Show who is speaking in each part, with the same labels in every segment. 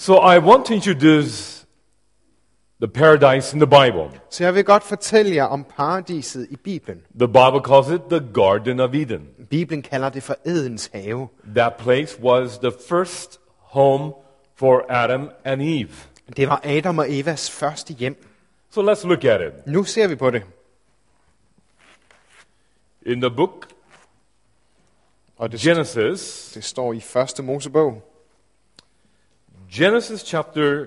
Speaker 1: So I want to introduce the paradise in the Bible.
Speaker 2: Så jeg vil godt fortælle jer om paradiset i Bibelen.
Speaker 1: The Bible calls it the Garden of Eden.
Speaker 2: Bibelen kalder det for Edens have.
Speaker 1: That place was the first home for Adam and Eve.
Speaker 2: Det var Adam og Evas første hjem.
Speaker 1: So let's look at it.
Speaker 2: Nu ser vi på det.
Speaker 1: In the book
Speaker 2: Og det,
Speaker 1: Genesis,
Speaker 2: det står i første Mosebog,
Speaker 1: Genesis chapter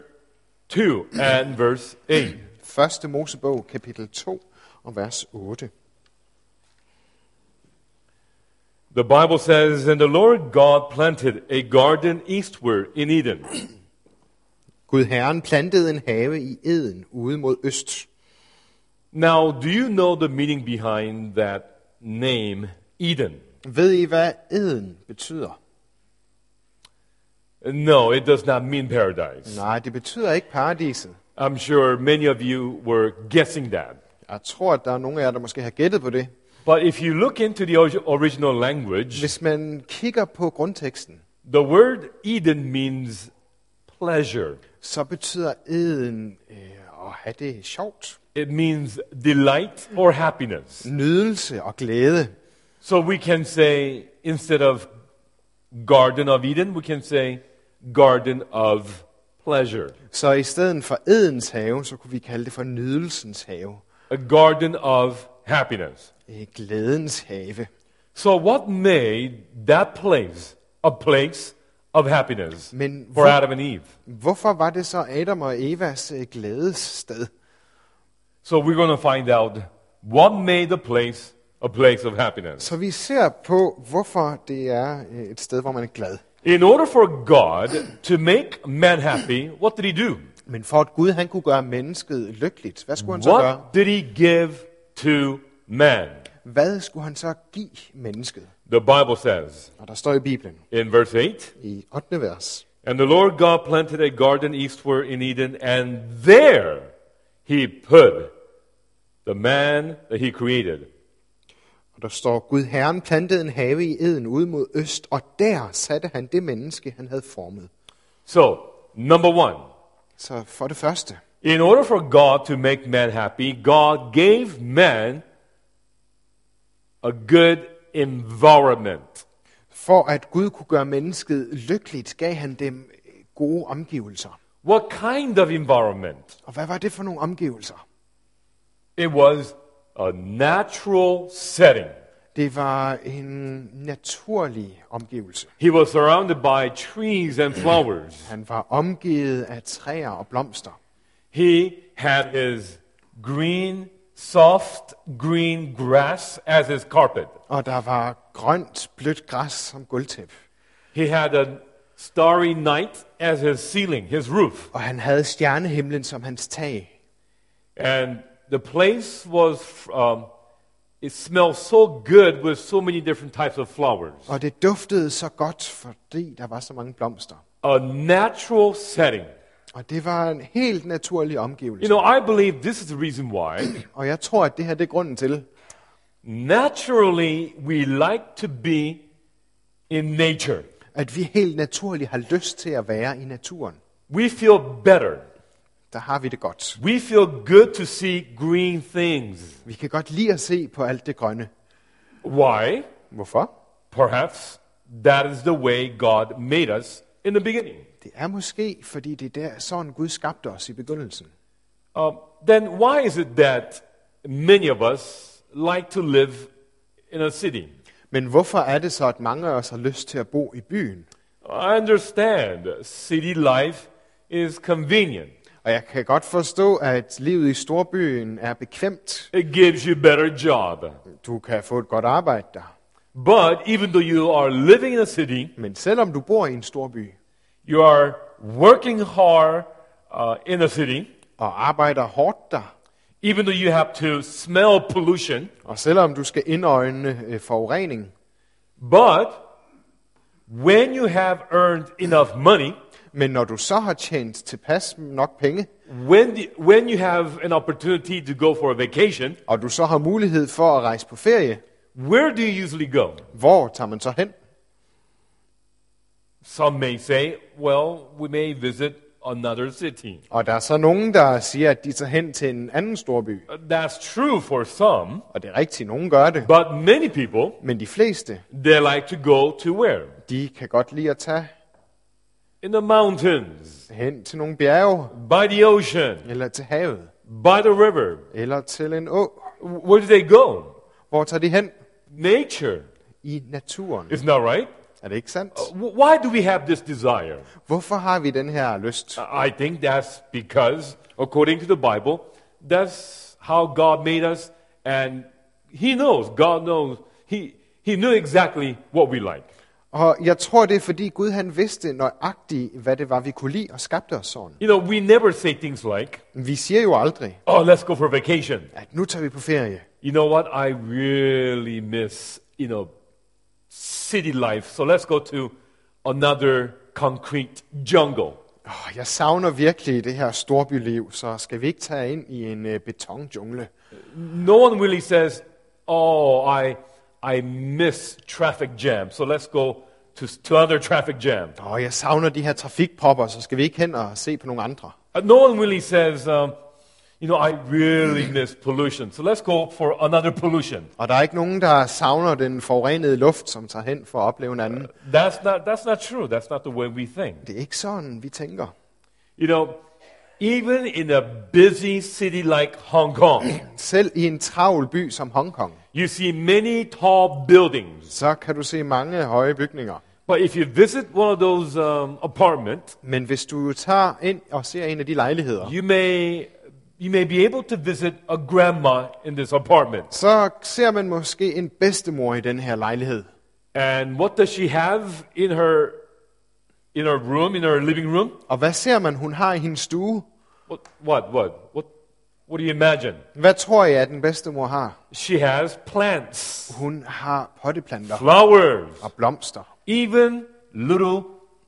Speaker 1: 2 and verse 8.
Speaker 2: første Mosebog, kapitel 2 og vers 8.
Speaker 1: The Bible says, And the Lord God planted a garden eastward in Eden,
Speaker 2: Gud Herren plantede en have i Eden ude mod øst.
Speaker 1: Now, do you know the meaning behind that name, Eden?
Speaker 2: Ved I, hvad Eden betyder?
Speaker 1: No, it does not mean paradise.
Speaker 2: Nej, det betyder ikke paradiset.
Speaker 1: I'm sure many of you were guessing that.
Speaker 2: Jeg tror, at der er nogle af jer, der måske har gættet på det.
Speaker 1: But if you look into the orig- original language,
Speaker 2: Hvis man kigger på grundteksten,
Speaker 1: the word Eden means pleasure,
Speaker 2: så betyder Eden øh, at have det sjovt,
Speaker 1: it means delight or happiness.
Speaker 2: nydelse og glæde.
Speaker 1: So we can say, instead of Garden of Eden, we can say Garden of Pleasure,
Speaker 2: Så i stedet for Edens have, så kunne vi kalde det for nydelsens have.
Speaker 1: a garden of happiness.
Speaker 2: Øh, glædens have.
Speaker 1: So, what made that place a place of happiness
Speaker 2: Men
Speaker 1: for
Speaker 2: hvor-
Speaker 1: Adam and Eve?
Speaker 2: Hvorfor var det så Adam og Evas øh, glædes sted?
Speaker 1: So, we're going to find out what made the place a place of happiness.
Speaker 2: Så vi ser på, hvorfor det er øh, et sted, hvor man er glad.
Speaker 1: In order for God to make man happy, what did he do?
Speaker 2: Men for at Gud han kunne gøre mennesket lykkeligt, hvad skulle han så gøre?
Speaker 1: What did he give to man?
Speaker 2: Hvad skulle han så give mennesket?
Speaker 1: The Bible says
Speaker 2: Og der står i Bibelen,
Speaker 1: in verse 8
Speaker 2: i 8. vers,
Speaker 1: And the Lord God planted a garden eastward in Eden, and there he put the man that he created.
Speaker 2: og der står, Gud Herren plantede en have i Eden ud mod øst, og der satte han det menneske, han havde formet.
Speaker 1: So, number one,
Speaker 2: Så for det første,
Speaker 1: in order for God to make man happy, God gave man a good environment.
Speaker 2: for at Gud kunne gøre mennesket lykkeligt, gav han dem øh, gode omgivelser.
Speaker 1: What kind of environment?
Speaker 2: Og hvad var det for nogle omgivelser?
Speaker 1: It was a natural setting.
Speaker 2: Det var en naturlig omgivelse.
Speaker 1: He was surrounded by trees and flowers.
Speaker 2: Han var omgivet af træer og blomster.
Speaker 1: He had his green, soft green grass as his carpet.
Speaker 2: Og der var grønt, blødt græs som gulvtæp.
Speaker 1: He had a starry night as his ceiling, his roof.
Speaker 2: Og han havde stjernehimlen som hans tag.
Speaker 1: And the place was, um, it smelled so good with so many different types of flowers.
Speaker 2: Og det duftede så godt, fordi der var så mange blomster.
Speaker 1: A natural setting.
Speaker 2: Og det var en helt naturlig
Speaker 1: You
Speaker 2: omgivelse.
Speaker 1: know, I believe this is the reason why
Speaker 2: Og jeg tror, at det her det er grunden til.
Speaker 1: naturally we like to be in nature.
Speaker 2: At vi helt naturligt har lyst til at være i naturen.
Speaker 1: We feel better
Speaker 2: Der har vi det godt.
Speaker 1: We feel good to see green things.
Speaker 2: Vi kan godt lide at se på alt det grønne.
Speaker 1: Why?
Speaker 2: Hvorfor?
Speaker 1: Perhaps that is the way God made us in the beginning.
Speaker 2: Det er måske, fordi det er der, sådan Gud skabte os i begyndelsen.
Speaker 1: Um, then why is it that many of us like to live in a city?
Speaker 2: Men hvorfor er det så, at mange af os har lyst til at bo i byen?
Speaker 1: I understand city life is convenient.
Speaker 2: Og jeg kan godt forstå, at livet i storbyen er bekvemt.
Speaker 1: It gives you better job.
Speaker 2: Du kan få et godt arbejde der.
Speaker 1: But even though you are living in a city,
Speaker 2: Men selvom du bor i en storby
Speaker 1: you are working hard uh, in a city,
Speaker 2: og arbejder hårdt der,
Speaker 1: even though you have to smell pollution,
Speaker 2: og selvom du skal indøjne øh, forurening,
Speaker 1: But when you have earned enough money,
Speaker 2: men når du så har tjent tilpas nok penge,
Speaker 1: when, the, when you have an opportunity to go for a vacation,
Speaker 2: og du så har mulighed for at rejse på ferie,
Speaker 1: where do you usually go?
Speaker 2: hvor tager man så hen?
Speaker 1: Some may say, well, we may visit another city.
Speaker 2: Og der er så nogen, der siger, at de tager hen til en anden stor by.
Speaker 1: Uh, That's true for some,
Speaker 2: Og det er rigtigt, nogen gør det.
Speaker 1: but many people,
Speaker 2: Men de fleste,
Speaker 1: they like to go to where?
Speaker 2: de kan godt lide at tage
Speaker 1: In the mountains,
Speaker 2: hen til nogle bjerge,
Speaker 1: by the ocean,
Speaker 2: eller til havet,
Speaker 1: by the river.
Speaker 2: eller til en å.
Speaker 1: W- Where do they go?
Speaker 2: Hvor tager de hen?
Speaker 1: Nature.
Speaker 2: I naturen.
Speaker 1: Isn't that right?
Speaker 2: Er det ikke sandt?
Speaker 1: W- Why do we have this desire?
Speaker 2: Hvorfor har vi den her lyst?
Speaker 1: I think that's because, according to the Bible, that's how God made us, and He knows, God knows, He, he knew exactly what we like.
Speaker 2: Og jeg tror, det er fordi Gud han vidste nøjagtigt, hvad det var, vi kunne lide og skabte os sådan.
Speaker 1: You know, we never say things like,
Speaker 2: Vi siger jo aldrig,
Speaker 1: oh, let's go for vacation.
Speaker 2: at nu tager vi på ferie.
Speaker 1: You know what? I really miss, you know, city life, so let's go to another concrete jungle.
Speaker 2: Oh, jeg savner virkelig det her storbyliv, så skal vi ikke tage ind i en øh, betonjungle?
Speaker 1: No one really says, oh, I, I miss traffic jam, so let's go to, to another traffic jam.
Speaker 2: Og jeg savner de her trafikpropper, så skal vi ikke hen og se på nogle andre.
Speaker 1: Uh, no one really says, um, you know, I really miss pollution, so let's go for another pollution.
Speaker 2: Og der er ikke nogen, der savner den forurenede luft, som tager hen for at opleve en anden.
Speaker 1: That's not, that's not true. That's not the way we think.
Speaker 2: Det er ikke sådan, vi tænker.
Speaker 1: You know, even in a busy city like Hong Kong,
Speaker 2: Selv i en travl by som Hongkong,
Speaker 1: you see many tall buildings.
Speaker 2: så kan du se mange høje bygninger.
Speaker 1: But if you visit one of those um, apartments,
Speaker 2: Men hvis du tager ind og ser en af de lejligheder,
Speaker 1: you may, you may be able to visit a grandma in this apartment.
Speaker 2: så ser man måske en bedstemor i den her lejlighed.
Speaker 1: And what does she have in her, in her room, in her living room?
Speaker 2: Og hvad ser man, hun har i hendes stue?
Speaker 1: What, what, what, what, what do you imagine?
Speaker 2: Hvad tror jeg, at den bedstemor har?
Speaker 1: She has plants,
Speaker 2: Hun har potteplanter
Speaker 1: flowers,
Speaker 2: og blomster.
Speaker 1: even little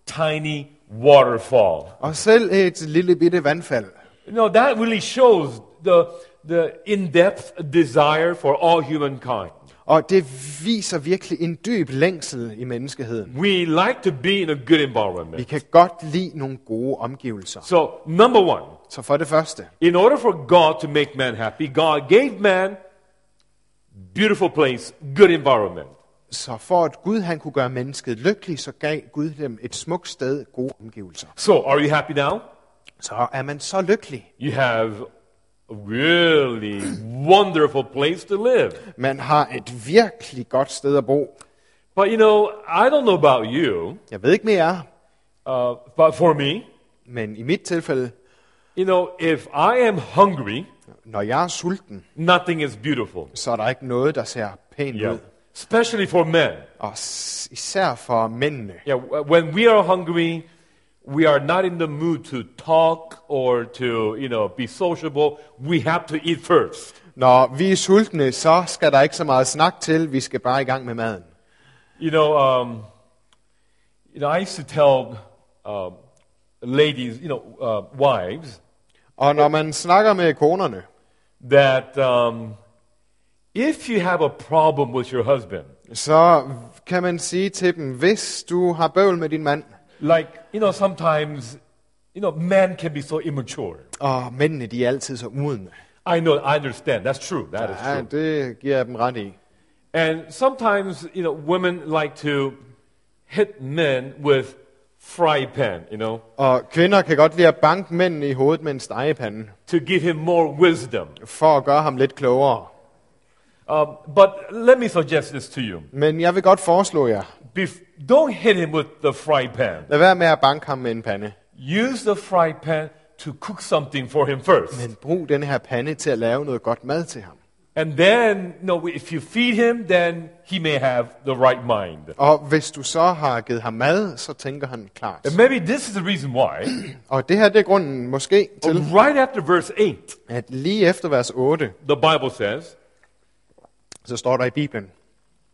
Speaker 1: tiny waterfall.
Speaker 2: Og selv et lille bitte vandfald.
Speaker 1: You know, that really shows the, the in depth desire for all humankind.
Speaker 2: Og det viser virkelig en dyb længsel i menneskeheden.
Speaker 1: We like to be in a good
Speaker 2: Vi
Speaker 1: environment.
Speaker 2: kan godt lide nogle gode omgivelser.
Speaker 1: So, number one,
Speaker 2: Så for det første,
Speaker 1: in order for God to make man happy, God gave man beautiful place, good environment.
Speaker 2: så for at Gud han kunne gøre mennesket lykkelig, så gav Gud dem et smukt sted, gode omgivelser.
Speaker 1: So, are you happy now?
Speaker 2: Så er man så lykkelig.
Speaker 1: You have a really wonderful place to live.
Speaker 2: Man har et virkelig godt sted at bo.
Speaker 1: But you know, I don't know about you,
Speaker 2: Jeg ved ikke mere,
Speaker 1: uh, but for me,
Speaker 2: men i mit tilfælde,
Speaker 1: you know, if I am hungry,
Speaker 2: når jeg er sulten,
Speaker 1: nothing is beautiful.
Speaker 2: så er der ikke noget, der ser pænt ud.
Speaker 1: Especially for men.
Speaker 2: Og s- især for mændene.
Speaker 1: Yeah, w- uh, when we are hungry, we are not in the mood to talk or to, you know, be sociable. We have to eat first.
Speaker 2: Når vi er sultne, så skal der ikke så meget snak til. Vi skal bare i gang med maden.
Speaker 1: You know, um, you know, I used to tell um, ladies, you know, uh, wives,
Speaker 2: Og når man snakker med konerne,
Speaker 1: that um, if you have a problem with your husband,
Speaker 2: så kan man sige til dem, hvis du har bøvl med din mand,
Speaker 1: like, you know, sometimes, you know, men can be so immature.
Speaker 2: og mændene de er altid så udne.
Speaker 1: I know, I understand. That's true. That is
Speaker 2: Ja,
Speaker 1: true.
Speaker 2: det giver jeg dem ret i.
Speaker 1: And sometimes, you know, women like to hit men with fry pan, you know,
Speaker 2: Og kvinder kan godt lide at banke mændene i hovedet med en stegepande,
Speaker 1: to give him more wisdom.
Speaker 2: for at gøre ham lidt klogere.
Speaker 1: Um, but let me suggest this to you.
Speaker 2: Men jeg vil godt foreslå jer,
Speaker 1: Bef- don't hit him with the fry pan.
Speaker 2: lad være med at banke ham med en pande.
Speaker 1: Use the fry pan to cook something for him first.
Speaker 2: Men brug den her pande til at lave noget godt mad til ham.
Speaker 1: And then, you know, if you feed him, then he may have the right mind.
Speaker 2: Og hvis du så har givet ham mad, så tænker han klart.
Speaker 1: And maybe this is the reason why,
Speaker 2: Og det her det er grunden måske til,
Speaker 1: right after verse 8,
Speaker 2: at lige efter vers 8,
Speaker 1: the Bible says,
Speaker 2: så står der i Bibelen,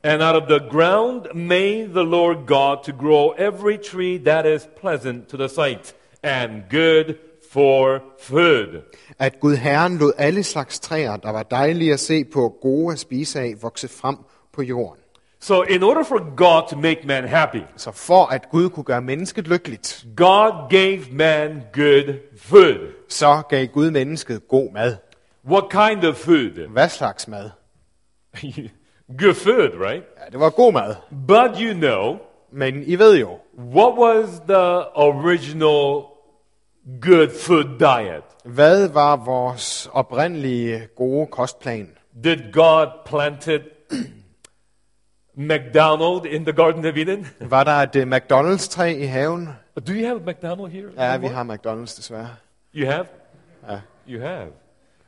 Speaker 1: And out of the ground made the Lord God to grow every tree that is pleasant to the sight and good for food.
Speaker 2: at Gud Herren lod alle slags træer, der var dejlige at se på, gode at spise af, vokse frem på jorden.
Speaker 1: So, in order for God to make man happy,
Speaker 2: Så for at Gud kunne gøre mennesket lykkeligt,
Speaker 1: God gave man good food.
Speaker 2: så gav Gud mennesket god mad.
Speaker 1: What kind of food?
Speaker 2: Hvad slags mad?
Speaker 1: good food, right?
Speaker 2: Ja, det var god mad.
Speaker 1: But you know,
Speaker 2: Men I ved jo,
Speaker 1: what was the original good food diet?
Speaker 2: hvad var vores oprindelige gode kostplan?
Speaker 1: Did God planted McDonald in the Garden of Eden?
Speaker 2: Var der et øh, McDonald's-træ i haven?
Speaker 1: Do you have Uh. McDonald here?
Speaker 2: Ja, vi har McDonald's desværre.
Speaker 1: You have?
Speaker 2: Ja.
Speaker 1: You have.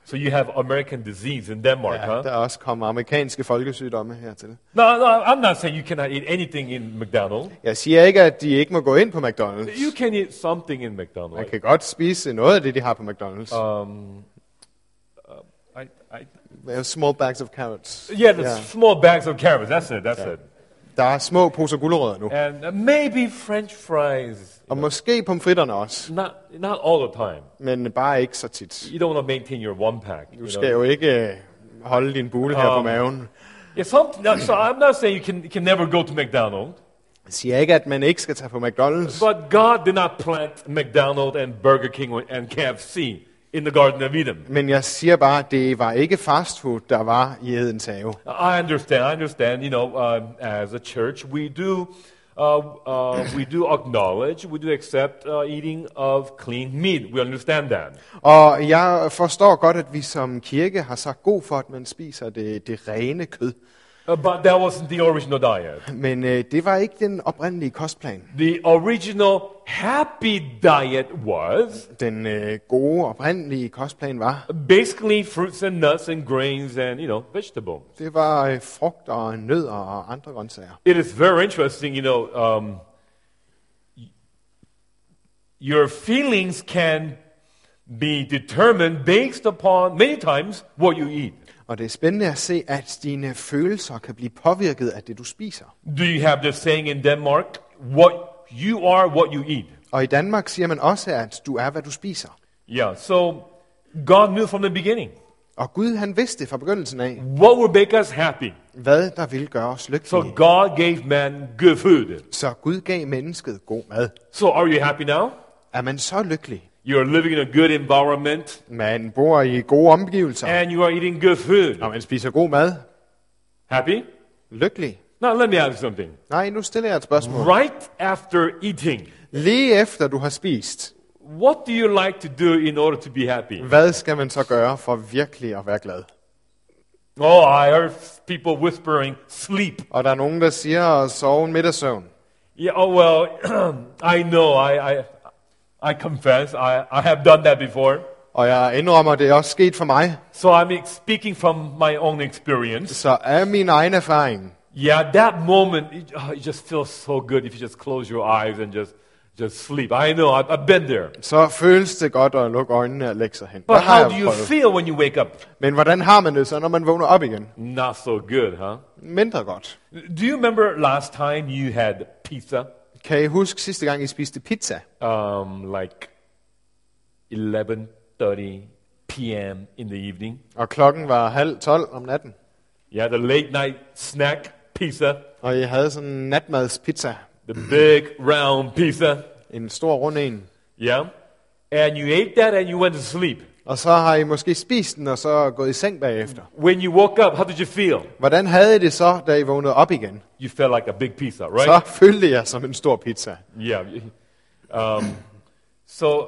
Speaker 1: So you have American disease in Denmark,
Speaker 2: Ja,
Speaker 1: huh?
Speaker 2: der er også kommet amerikanske folkesygdomme hertil.
Speaker 1: No, no, I'm not saying you cannot eat anything in McDonald's.
Speaker 2: Jeg siger ikke, at de ikke må gå ind på McDonald's.
Speaker 1: You can eat something in
Speaker 2: Man
Speaker 1: McDonald's.
Speaker 2: kan godt spise noget af det, de har på McDonald's.
Speaker 1: Um, uh, I, I,
Speaker 2: Uh, small bags of carrots.
Speaker 1: yeah, the small bags of carrots. That's it. That's it.
Speaker 2: Der er små poser gulerødder nu.
Speaker 1: And uh, maybe French fries.
Speaker 2: Og måske pomfritterne også,
Speaker 1: Not not all the time.
Speaker 2: men bare ikke så tit.
Speaker 1: You don't want to maintain your one pack. You
Speaker 2: Du
Speaker 1: know?
Speaker 2: skal jo ikke øh, holde din bule her på
Speaker 1: Um.
Speaker 2: maven.
Speaker 1: Yeah, some, no, so I'm not saying you can, you can never go to McDonald's,
Speaker 2: Jeg siger ikke, at man ikke skal tage på McDonald's,
Speaker 1: but God did not plant McDonald's and Burger King and KFC in the Garden of Eden.
Speaker 2: men jeg siger bare, at det var ikke fastfood, der var i Edens have.
Speaker 1: I understand. I understand. You know, um, as a church, we do, uh, uh, we do acknowledge, we do accept uh, eating of clean meat. We understand that.
Speaker 2: Og jeg forstår godt, at vi som kirke har sagt god for, at man spiser det, det rene kød.
Speaker 1: Uh, but that wasn't the original diet.
Speaker 2: Men øh, det var ikke den oprindelige kostplan.
Speaker 1: The original happy diet was
Speaker 2: Den øh, gode oprindelige kostplan var,
Speaker 1: basically fruits and nuts and grains and you know vegetables.
Speaker 2: det var øh, frugt og nødder og andre grøntsager.
Speaker 1: It is very interesting, you know. Um, y- your feelings can be determined based upon many times what you eat.
Speaker 2: Og det er spændende at se, at dine følelser kan blive påvirket af det, du spiser.
Speaker 1: Do you have the saying in Denmark? What you are, what you eat.
Speaker 2: Og i Danmark siger man også, at du er, hvad du spiser.
Speaker 1: Yeah. So God knew from the beginning
Speaker 2: Og Gud han vidste fra begyndelsen af,
Speaker 1: what would make us happy.
Speaker 2: hvad der ville gøre os
Speaker 1: So
Speaker 2: lykkelige.
Speaker 1: God gave man good food.
Speaker 2: Så Gud gav mennesket god mad.
Speaker 1: So are you happy now?
Speaker 2: Er man så lykkelig?
Speaker 1: You are living in a good environment
Speaker 2: Man bor i gode omgivelser,
Speaker 1: and you are eating good food.
Speaker 2: og man spiser god mad.
Speaker 1: Happy?
Speaker 2: Lykkelig?
Speaker 1: Now let me ask you something.
Speaker 2: Nej, nu stiller jeg et spørgsmål.
Speaker 1: Right after eating,
Speaker 2: Lige efter du har spist,
Speaker 1: what do you like to do in order to be happy?
Speaker 2: hvad skal man så gøre for virkelig at være glad?
Speaker 1: Oh, I heard people whispering sleep.
Speaker 2: Og der er nogen, der siger at sove en middagssøvn.
Speaker 1: Yeah, oh well, I know. I, I, I confess, I, I have done that before.
Speaker 2: Og jeg indrømmer, det er også sket for mig.
Speaker 1: So I'm ex- speaking from my own experience.
Speaker 2: Så er min egen erfaring.
Speaker 1: Yeah, that moment, it, oh, it just feels so good if you just close your eyes and just, just sleep. I know, I've, I've been there.
Speaker 2: Så føles det godt at lukke øjnene og lægge sig hen.
Speaker 1: But
Speaker 2: Det
Speaker 1: how
Speaker 2: har jeg
Speaker 1: do you
Speaker 2: prøvet.
Speaker 1: feel when you wake up?
Speaker 2: Men hvordan har man det så, når man vågner op igen?
Speaker 1: Not so good, huh?
Speaker 2: Mindre godt.
Speaker 1: Do you remember last time you had pizza?
Speaker 2: Kan I huske sidste gang, I spiste pizza?
Speaker 1: Um, like 11.30 p.m. in the evening?
Speaker 2: Og klokken var halv tolv om natten.
Speaker 1: Yeah, the late night snack pizza.
Speaker 2: Og I havde sådan en natmadspizza.
Speaker 1: the big round pizza.
Speaker 2: En stor rund en.
Speaker 1: Yeah? And you ate that and you went to sleep.
Speaker 2: Og så har I måske spist den, og så gået i seng bagefter.
Speaker 1: When you woke up, how did you feel?
Speaker 2: Hvordan havde I det så, da I vågnede op igen?
Speaker 1: You felt like a big pizza, right?
Speaker 2: Så følte jeg som en stor pizza.
Speaker 1: Yeah. Um, so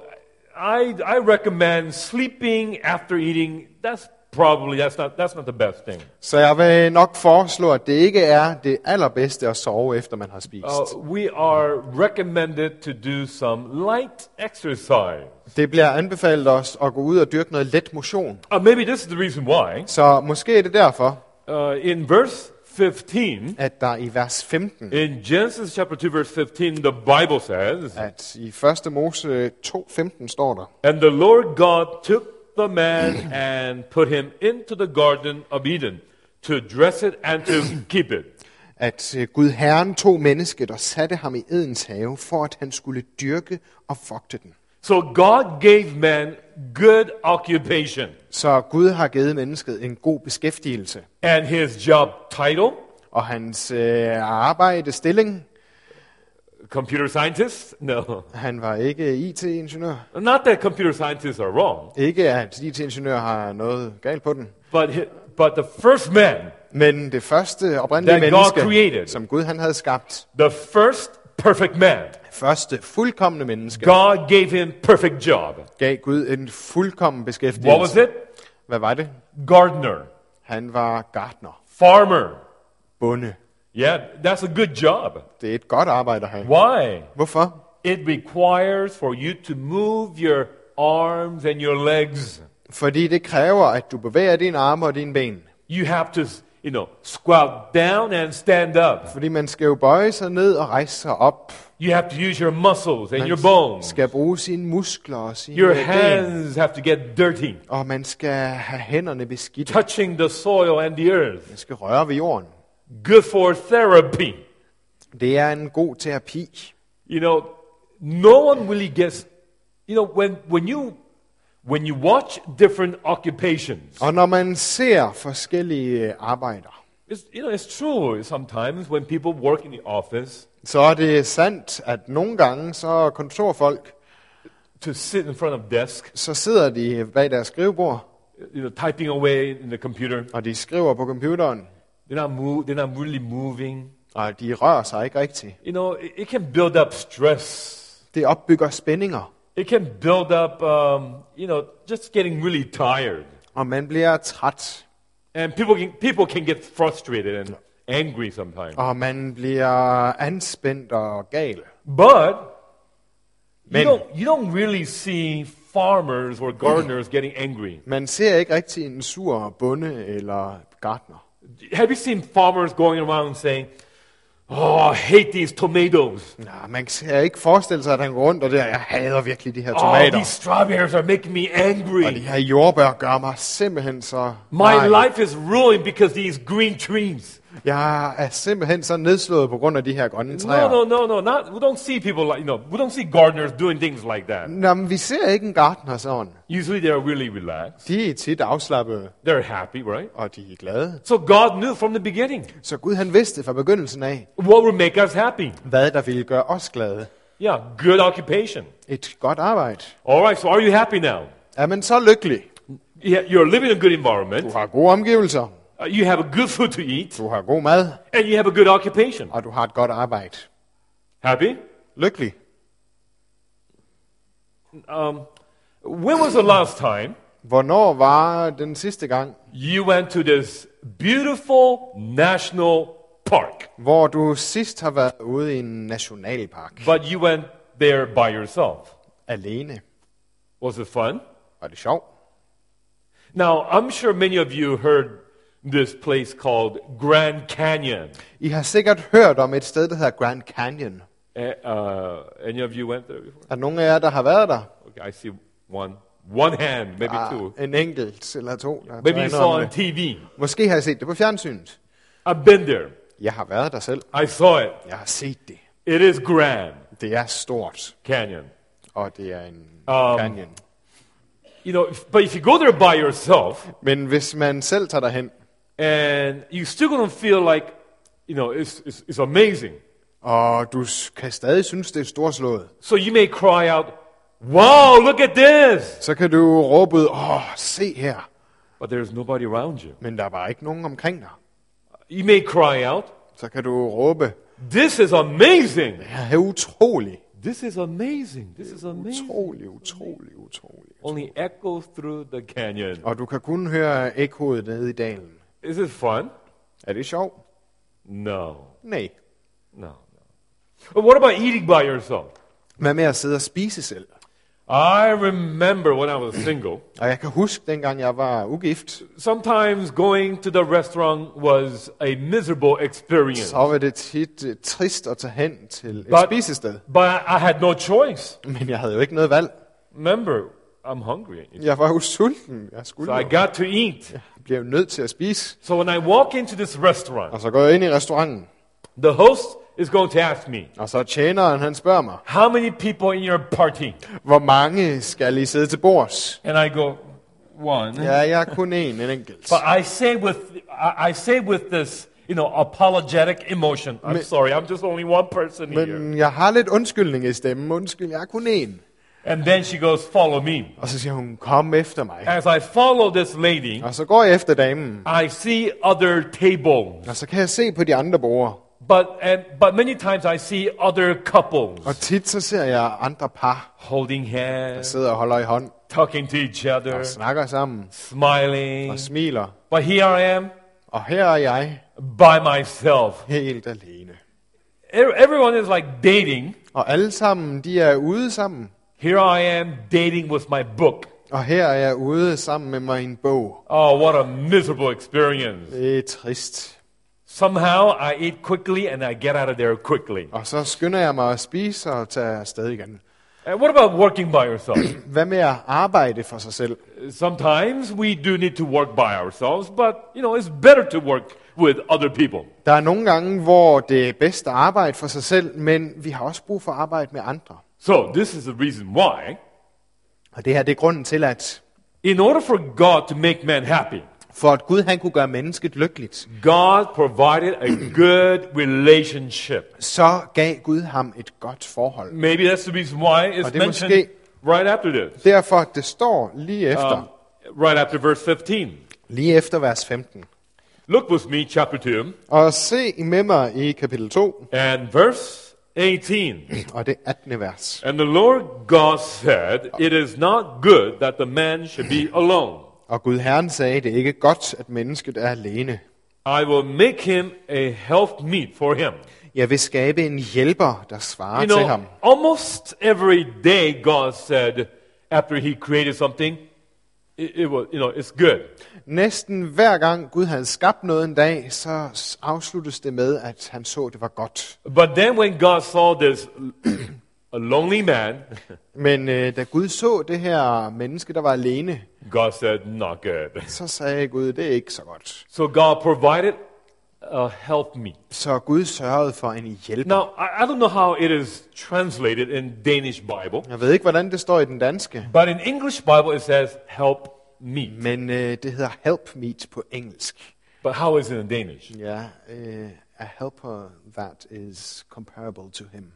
Speaker 1: I, I recommend sleeping after eating. That's probably that's not that's not the best thing.
Speaker 2: Så jeg vil nok foreslå, at det ikke er det allerbedste at sove, efter man har spist.
Speaker 1: Uh, we are recommended to do some light exercise.
Speaker 2: Det bliver anbefalet os at gå ud og dyrke noget let motion.
Speaker 1: Uh, maybe this is the reason why.
Speaker 2: Så måske er det derfor,
Speaker 1: Uh, in verse 15,
Speaker 2: at der i vers 15,
Speaker 1: in Genesis chapter 2 verse 15, the Bible says,
Speaker 2: at i 1. Mose 2.15 står der,
Speaker 1: And the Lord God took the man and put him into the Garden of Eden to dress it and to keep it.
Speaker 2: at øh, Gud Herren tog mennesket og satte ham i Edens have, for at han skulle dyrke og fogte den.
Speaker 1: So God gave man good occupation.
Speaker 2: Så Gud har givet mennesket en god beskæftigelse.
Speaker 1: And his job title
Speaker 2: og hans øh, arbejde, stilling.
Speaker 1: Computer scientists? No.
Speaker 2: Han var ikke IT-ingeniør.
Speaker 1: Not that computer scientists are wrong,
Speaker 2: Ikke at IT-ingeniør har noget galt på den.
Speaker 1: but, he- but the first man,
Speaker 2: Men det første oprindelige
Speaker 1: That God
Speaker 2: menneske,
Speaker 1: created.
Speaker 2: som Gud han havde skabt,
Speaker 1: the first perfect man,
Speaker 2: første fuldkommende menneske,
Speaker 1: God gave him perfect job.
Speaker 2: gav Gud en fuldkommen beskæftigelse.
Speaker 1: What was it?
Speaker 2: Hvad var det?
Speaker 1: Gardener,
Speaker 2: Han var gartner,
Speaker 1: farmer.
Speaker 2: bonde.
Speaker 1: Yeah, that's a good job.
Speaker 2: Det er et godt arbejde at have.
Speaker 1: Why?
Speaker 2: Hvorfor?
Speaker 1: It requires for you to move your arms and your legs.
Speaker 2: Fordi det kræver, at du bevæger dine arme og dine ben.
Speaker 1: You have to, you know, squat down and stand up.
Speaker 2: Fordi man skal jo bøje sig ned og rejse sig op.
Speaker 1: You have to use your muscles and
Speaker 2: Man
Speaker 1: your bones.
Speaker 2: skal bruge sine muskler og sine
Speaker 1: Your
Speaker 2: øh, ben.
Speaker 1: hands have to get dirty,
Speaker 2: Og man skal have hænderne beskidte.
Speaker 1: touching the soil and the earth.
Speaker 2: Man skal røre ved jorden.
Speaker 1: Good for therapy.
Speaker 2: Det er en god terapi.
Speaker 1: You know, no one really gets, you know, when, when, you, when you watch different occupations,
Speaker 2: Og når man ser forskellige arbejder,
Speaker 1: it's, you know, it's true sometimes when people work in the office
Speaker 2: så er det sandt, at nogle gange så kontorfolk,
Speaker 1: to sit in front of desk,
Speaker 2: så sidder de bag deres skrivebord,
Speaker 1: you know, typing away in the computer.
Speaker 2: og de skriver på computeren,
Speaker 1: They're not, move, they're not really moving.
Speaker 2: og de rører sig ikke rigtigt.
Speaker 1: You know, it, it can build up stress.
Speaker 2: Det opbygger spændinger,
Speaker 1: It can build up, um, you know, just getting really tired.
Speaker 2: og man bliver træt,
Speaker 1: And people can, people can get frustrated and angry sometimes.
Speaker 2: og man bliver anspændt og gal.
Speaker 1: But you
Speaker 2: Men-
Speaker 1: don't, you don't really see farmers or gardeners getting angry.
Speaker 2: Man ser ikke rigtig en sur bonde eller gartner.
Speaker 1: Have you seen farmers going around saying, Oh, I hate these tomatoes.
Speaker 2: Nej, man kan ikke forestille sig, at han går rundt og der, jeg hader virkelig de her
Speaker 1: Oh,
Speaker 2: tomater.
Speaker 1: these strawberries are making me
Speaker 2: Og de
Speaker 1: angry.
Speaker 2: her jordbær gør mig simpelthen så...
Speaker 1: My
Speaker 2: Nej.
Speaker 1: life is ruined because these green trees.
Speaker 2: Jeg er simpelthen så nedslået på grund af de her grønne
Speaker 1: No,
Speaker 2: træer.
Speaker 1: no, no, no. Not, we don't see people like, you know, we don't see gardeners doing things like that.
Speaker 2: Nå, men vi ser ikke en gartner sådan.
Speaker 1: Usually they're really relaxed.
Speaker 2: De er tit afslappede,
Speaker 1: They're happy, right?
Speaker 2: og de er glade.
Speaker 1: So God knew from the beginning
Speaker 2: Så Gud han vidste fra begyndelsen af,
Speaker 1: what would make us happy.
Speaker 2: hvad der ville gøre os glade.
Speaker 1: Yeah, good occupation.
Speaker 2: Et godt arbejde.
Speaker 1: All right, so are you happy now?
Speaker 2: Er man så lykkelig?
Speaker 1: Yeah, you're living in a good
Speaker 2: Du
Speaker 1: environment.
Speaker 2: har gode omgivelser,
Speaker 1: Uh, You have a good food to eat,
Speaker 2: du har god mad,
Speaker 1: and you have a good occupation.
Speaker 2: og du har et godt arbejde.
Speaker 1: Happy?
Speaker 2: Lykkelig.
Speaker 1: Um, when was the last time
Speaker 2: Hvornår var den sidste gang,
Speaker 1: you went to this beautiful national park,
Speaker 2: hvor du sidst har været ude i en nationalpark?
Speaker 1: but you went there by yourself?
Speaker 2: Alene.
Speaker 1: Was it fun?
Speaker 2: Var det sjovt?
Speaker 1: Now, I'm sure many of you heard this place called Grand Canyon.
Speaker 2: I har sikkert hørt om et sted, der hedder Grand Canyon.
Speaker 1: Uh, uh, any of you went there before?
Speaker 2: Er der nogen af jer, der har været der?
Speaker 1: Okay, I see one. One hand, maybe two.
Speaker 2: Ah, en enkelt eller to. der
Speaker 1: Maybe
Speaker 2: tør
Speaker 1: you
Speaker 2: indrømme
Speaker 1: saw on
Speaker 2: det.
Speaker 1: TV.
Speaker 2: Måske har jeg set det på fjernsynet.
Speaker 1: I've been there.
Speaker 2: Jeg har været der selv.
Speaker 1: I saw it.
Speaker 2: Jeg har set det.
Speaker 1: It is Grand
Speaker 2: Det er stort,
Speaker 1: Canyon.
Speaker 2: og det er en
Speaker 1: Um,
Speaker 2: canyon.
Speaker 1: You know, if- but if you go there by yourself,
Speaker 2: Men hvis man selv tager derhen,
Speaker 1: and you're still gonna feel like, you know, it's, it's, it's amazing.
Speaker 2: og du s- kan stadig synes, det er storslået,
Speaker 1: So you may cry out, "Wow, look at this!"
Speaker 2: så kan du råbe ud, åh, se her.
Speaker 1: But there's nobody around you.
Speaker 2: Men der er bare ikke nogen omkring dig.
Speaker 1: You may cry out,
Speaker 2: Så kan du råbe,
Speaker 1: "This is amazing!
Speaker 2: det her er utrolig.
Speaker 1: This is amazing! This is amazing!"
Speaker 2: Utrolig, utrolig, utrolig.
Speaker 1: Only echoes through the canyon.
Speaker 2: Og du kan kun høre ekkoet nede i dalen.
Speaker 1: Is it fun?
Speaker 2: Er det sjovt?
Speaker 1: No,
Speaker 2: Nej.
Speaker 1: no, no. But what about eating by yourself?
Speaker 2: Hvad med at sidde og spise selv?
Speaker 1: I remember when I was single.
Speaker 2: Og jeg kan huske, dengang jeg var ugift,
Speaker 1: Sometimes going to the restaurant was a miserable experience.
Speaker 2: så var det tit øh, trist at tage hen til et
Speaker 1: But-
Speaker 2: spisested.
Speaker 1: But I had no choice.
Speaker 2: Men jeg havde jo ikke noget valg.
Speaker 1: Remember, I'm hungry.
Speaker 2: Jeg var jo sulten. Jeg skulle
Speaker 1: So I
Speaker 2: jo.
Speaker 1: got to eat.
Speaker 2: Jeg blev nødt til at spise.
Speaker 1: So when I walk into this restaurant,
Speaker 2: Og så går jeg ind i restauranten,
Speaker 1: the host is going to ask me,
Speaker 2: og så tjeneren han spørger mig,
Speaker 1: How many people in your party?
Speaker 2: hvor mange skal lige sidde til bords?
Speaker 1: And I go, One.
Speaker 2: Ja, jeg er kun en, en enkelt.
Speaker 1: But I say with, I I say with this you know, apologetic emotion. I'm
Speaker 2: Men-
Speaker 1: sorry, I'm just only one person here.
Speaker 2: Men jeg har lidt undskyldning i stemmen. Undskyld, jeg er kun en.
Speaker 1: And then she goes, follow me.
Speaker 2: Og så siger hun, kom efter mig.
Speaker 1: As I follow this lady,
Speaker 2: Og så går jeg efter damen.
Speaker 1: I see other table,
Speaker 2: Og så kan jeg se på de andre borgere.
Speaker 1: but, and, but many times I see other couples
Speaker 2: Og tit så ser jeg andre par,
Speaker 1: holding
Speaker 2: der
Speaker 1: hands,
Speaker 2: sidder og holder i hånd
Speaker 1: talking to each other,
Speaker 2: og snakker sammen
Speaker 1: smiling.
Speaker 2: og smiler.
Speaker 1: But here I am
Speaker 2: Og her er jeg
Speaker 1: by myself.
Speaker 2: helt alene.
Speaker 1: Ev- Everyone is like dating.
Speaker 2: Og alle sammen, de er ude sammen.
Speaker 1: Here I am dating with my book.
Speaker 2: Og her er jeg ude sammen med mig i en bog.
Speaker 1: Oh, what a miserable experience.
Speaker 2: Det er trist.
Speaker 1: Somehow I eat quickly and I get out of there quickly.
Speaker 2: Og så skynder jeg mig at spise og tage afsted igen.
Speaker 1: And what about working by yourself?
Speaker 2: Hvad med at arbejde for sig selv?
Speaker 1: Sometimes we do need to work by ourselves, but you know, it's better to work with other people.
Speaker 2: Der er nogle gange, hvor det er bedst at arbejde for sig selv, men vi har også brug for at arbejde med andre.
Speaker 1: So, this is the reason why
Speaker 2: Og det her, det er grunden til, at
Speaker 1: in order for God to make man happy,
Speaker 2: for at Gud han kunne gøre mennesket lykkeligt,
Speaker 1: God provided a good relationship.
Speaker 2: så gav Gud ham et godt forhold.
Speaker 1: Maybe that's the reason why it's
Speaker 2: Og det er
Speaker 1: mentioned
Speaker 2: måske-
Speaker 1: right after this.
Speaker 2: Derfor, at det står lige efter,
Speaker 1: Um, right after verse 15.
Speaker 2: lige efter vers 15.
Speaker 1: Look with me, chapter 2,
Speaker 2: Og se med mig i kapitel 2,
Speaker 1: and verse 18.
Speaker 2: og det 18. vers.
Speaker 1: and the Lord God said, It is not good that the man should be alone.
Speaker 2: Og Gud Herren sagde, det er ikke godt, at mennesket er alene.
Speaker 1: I will make him a help meet for him.
Speaker 2: Jeg vil skabe en hjælper, der svarer
Speaker 1: You
Speaker 2: til
Speaker 1: know,
Speaker 2: ham.
Speaker 1: almost every day God said, after he created something, it, it was, you know, it's good.
Speaker 2: Næsten hver gang Gud havde skabt noget en dag, så s- afsluttes det med, at han så, at det var godt.
Speaker 1: But then when God saw this a lonely man,
Speaker 2: Men øh, da Gud så det her menneske, der var alene,
Speaker 1: God said, not good.
Speaker 2: så sagde Gud, det er ikke så godt.
Speaker 1: So God provided a help meet.
Speaker 2: Så Gud sørgede for en hjælper.
Speaker 1: Now, I, I don't know how it is translated in Danish Bible,
Speaker 2: Jeg ved ikke, hvordan det står i den danske,
Speaker 1: but in English Bible it says help meet.
Speaker 2: men øh, det hedder help meet på engelsk.
Speaker 1: But how is it in Danish?
Speaker 2: Ja, øh, a helper that is comparable to him.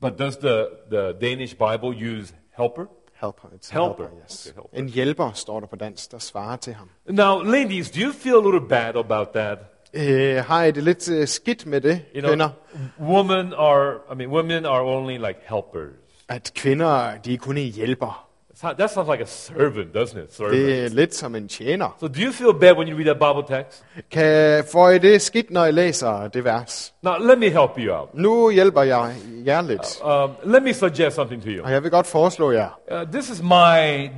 Speaker 1: But does the, the Danish Bible use helper?
Speaker 2: Helper, it's a
Speaker 1: Helper.
Speaker 2: helper, yes.
Speaker 1: Okay, helper.
Speaker 2: En hjælper, står der på dansk, der svarer til ham.
Speaker 1: Now, ladies, do you feel a little bad about that?
Speaker 2: Øh, har I det lidt øh, skidt med det,
Speaker 1: You
Speaker 2: kvinder?
Speaker 1: know, women are, I mean, women are only like helpers.
Speaker 2: At kvinder, de er kun en hjælper.
Speaker 1: So- That sounds like a servant, doesn't it? Servant.
Speaker 2: Det er lidt som en tjener.
Speaker 1: So do you feel bad when you read that Bible text?
Speaker 2: Kan, får I det skidt, når I læser det vers?
Speaker 1: Now, let me help you out.
Speaker 2: Nu hjælper jeg jer lidt,
Speaker 1: Um, let me suggest something to you.
Speaker 2: og jeg vil godt foreslå jer.
Speaker 1: Uh, this is my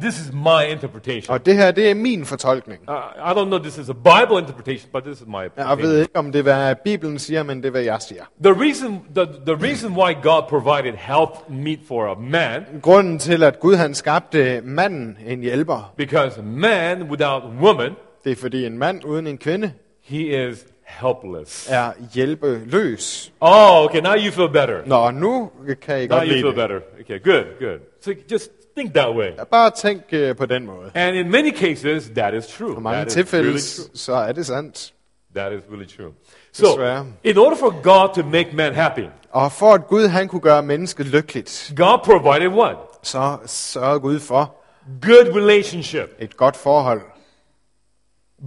Speaker 1: this is my interpretation.
Speaker 2: Og det her, det er min fortolkning.
Speaker 1: Uh, I don't know this is a Bible interpretation, but this is my
Speaker 2: Jeg
Speaker 1: opinion.
Speaker 2: ved ikke, om det er, hvad Bibelen siger, men det er, hvad jeg siger.
Speaker 1: The reason the, the reason why God provided help meet for a man
Speaker 2: Grunden til, at Gud han skabte manden en hjælper,
Speaker 1: because man without woman
Speaker 2: det er, fordi en mand uden en kvinde
Speaker 1: he is helpless.
Speaker 2: er hjælpeløs.
Speaker 1: Oh, okay. Now you feel better.
Speaker 2: Nå, nu kan I
Speaker 1: Now you
Speaker 2: godt lide
Speaker 1: feel
Speaker 2: det.
Speaker 1: better. Okay, good, good. So just think that way.
Speaker 2: Bare tænk øh, på den måde.
Speaker 1: And in many cases, that is true.
Speaker 2: I mange
Speaker 1: That is really
Speaker 2: tilfælde,
Speaker 1: true.
Speaker 2: så er det sandt.
Speaker 1: That is really true. So,
Speaker 2: right.
Speaker 1: in order for God to make man happy,
Speaker 2: Og for at Gud han kunne gøre mennesket lykkeligt,
Speaker 1: God provided what?
Speaker 2: så sørger Gud for
Speaker 1: good relationship.
Speaker 2: et godt forhold.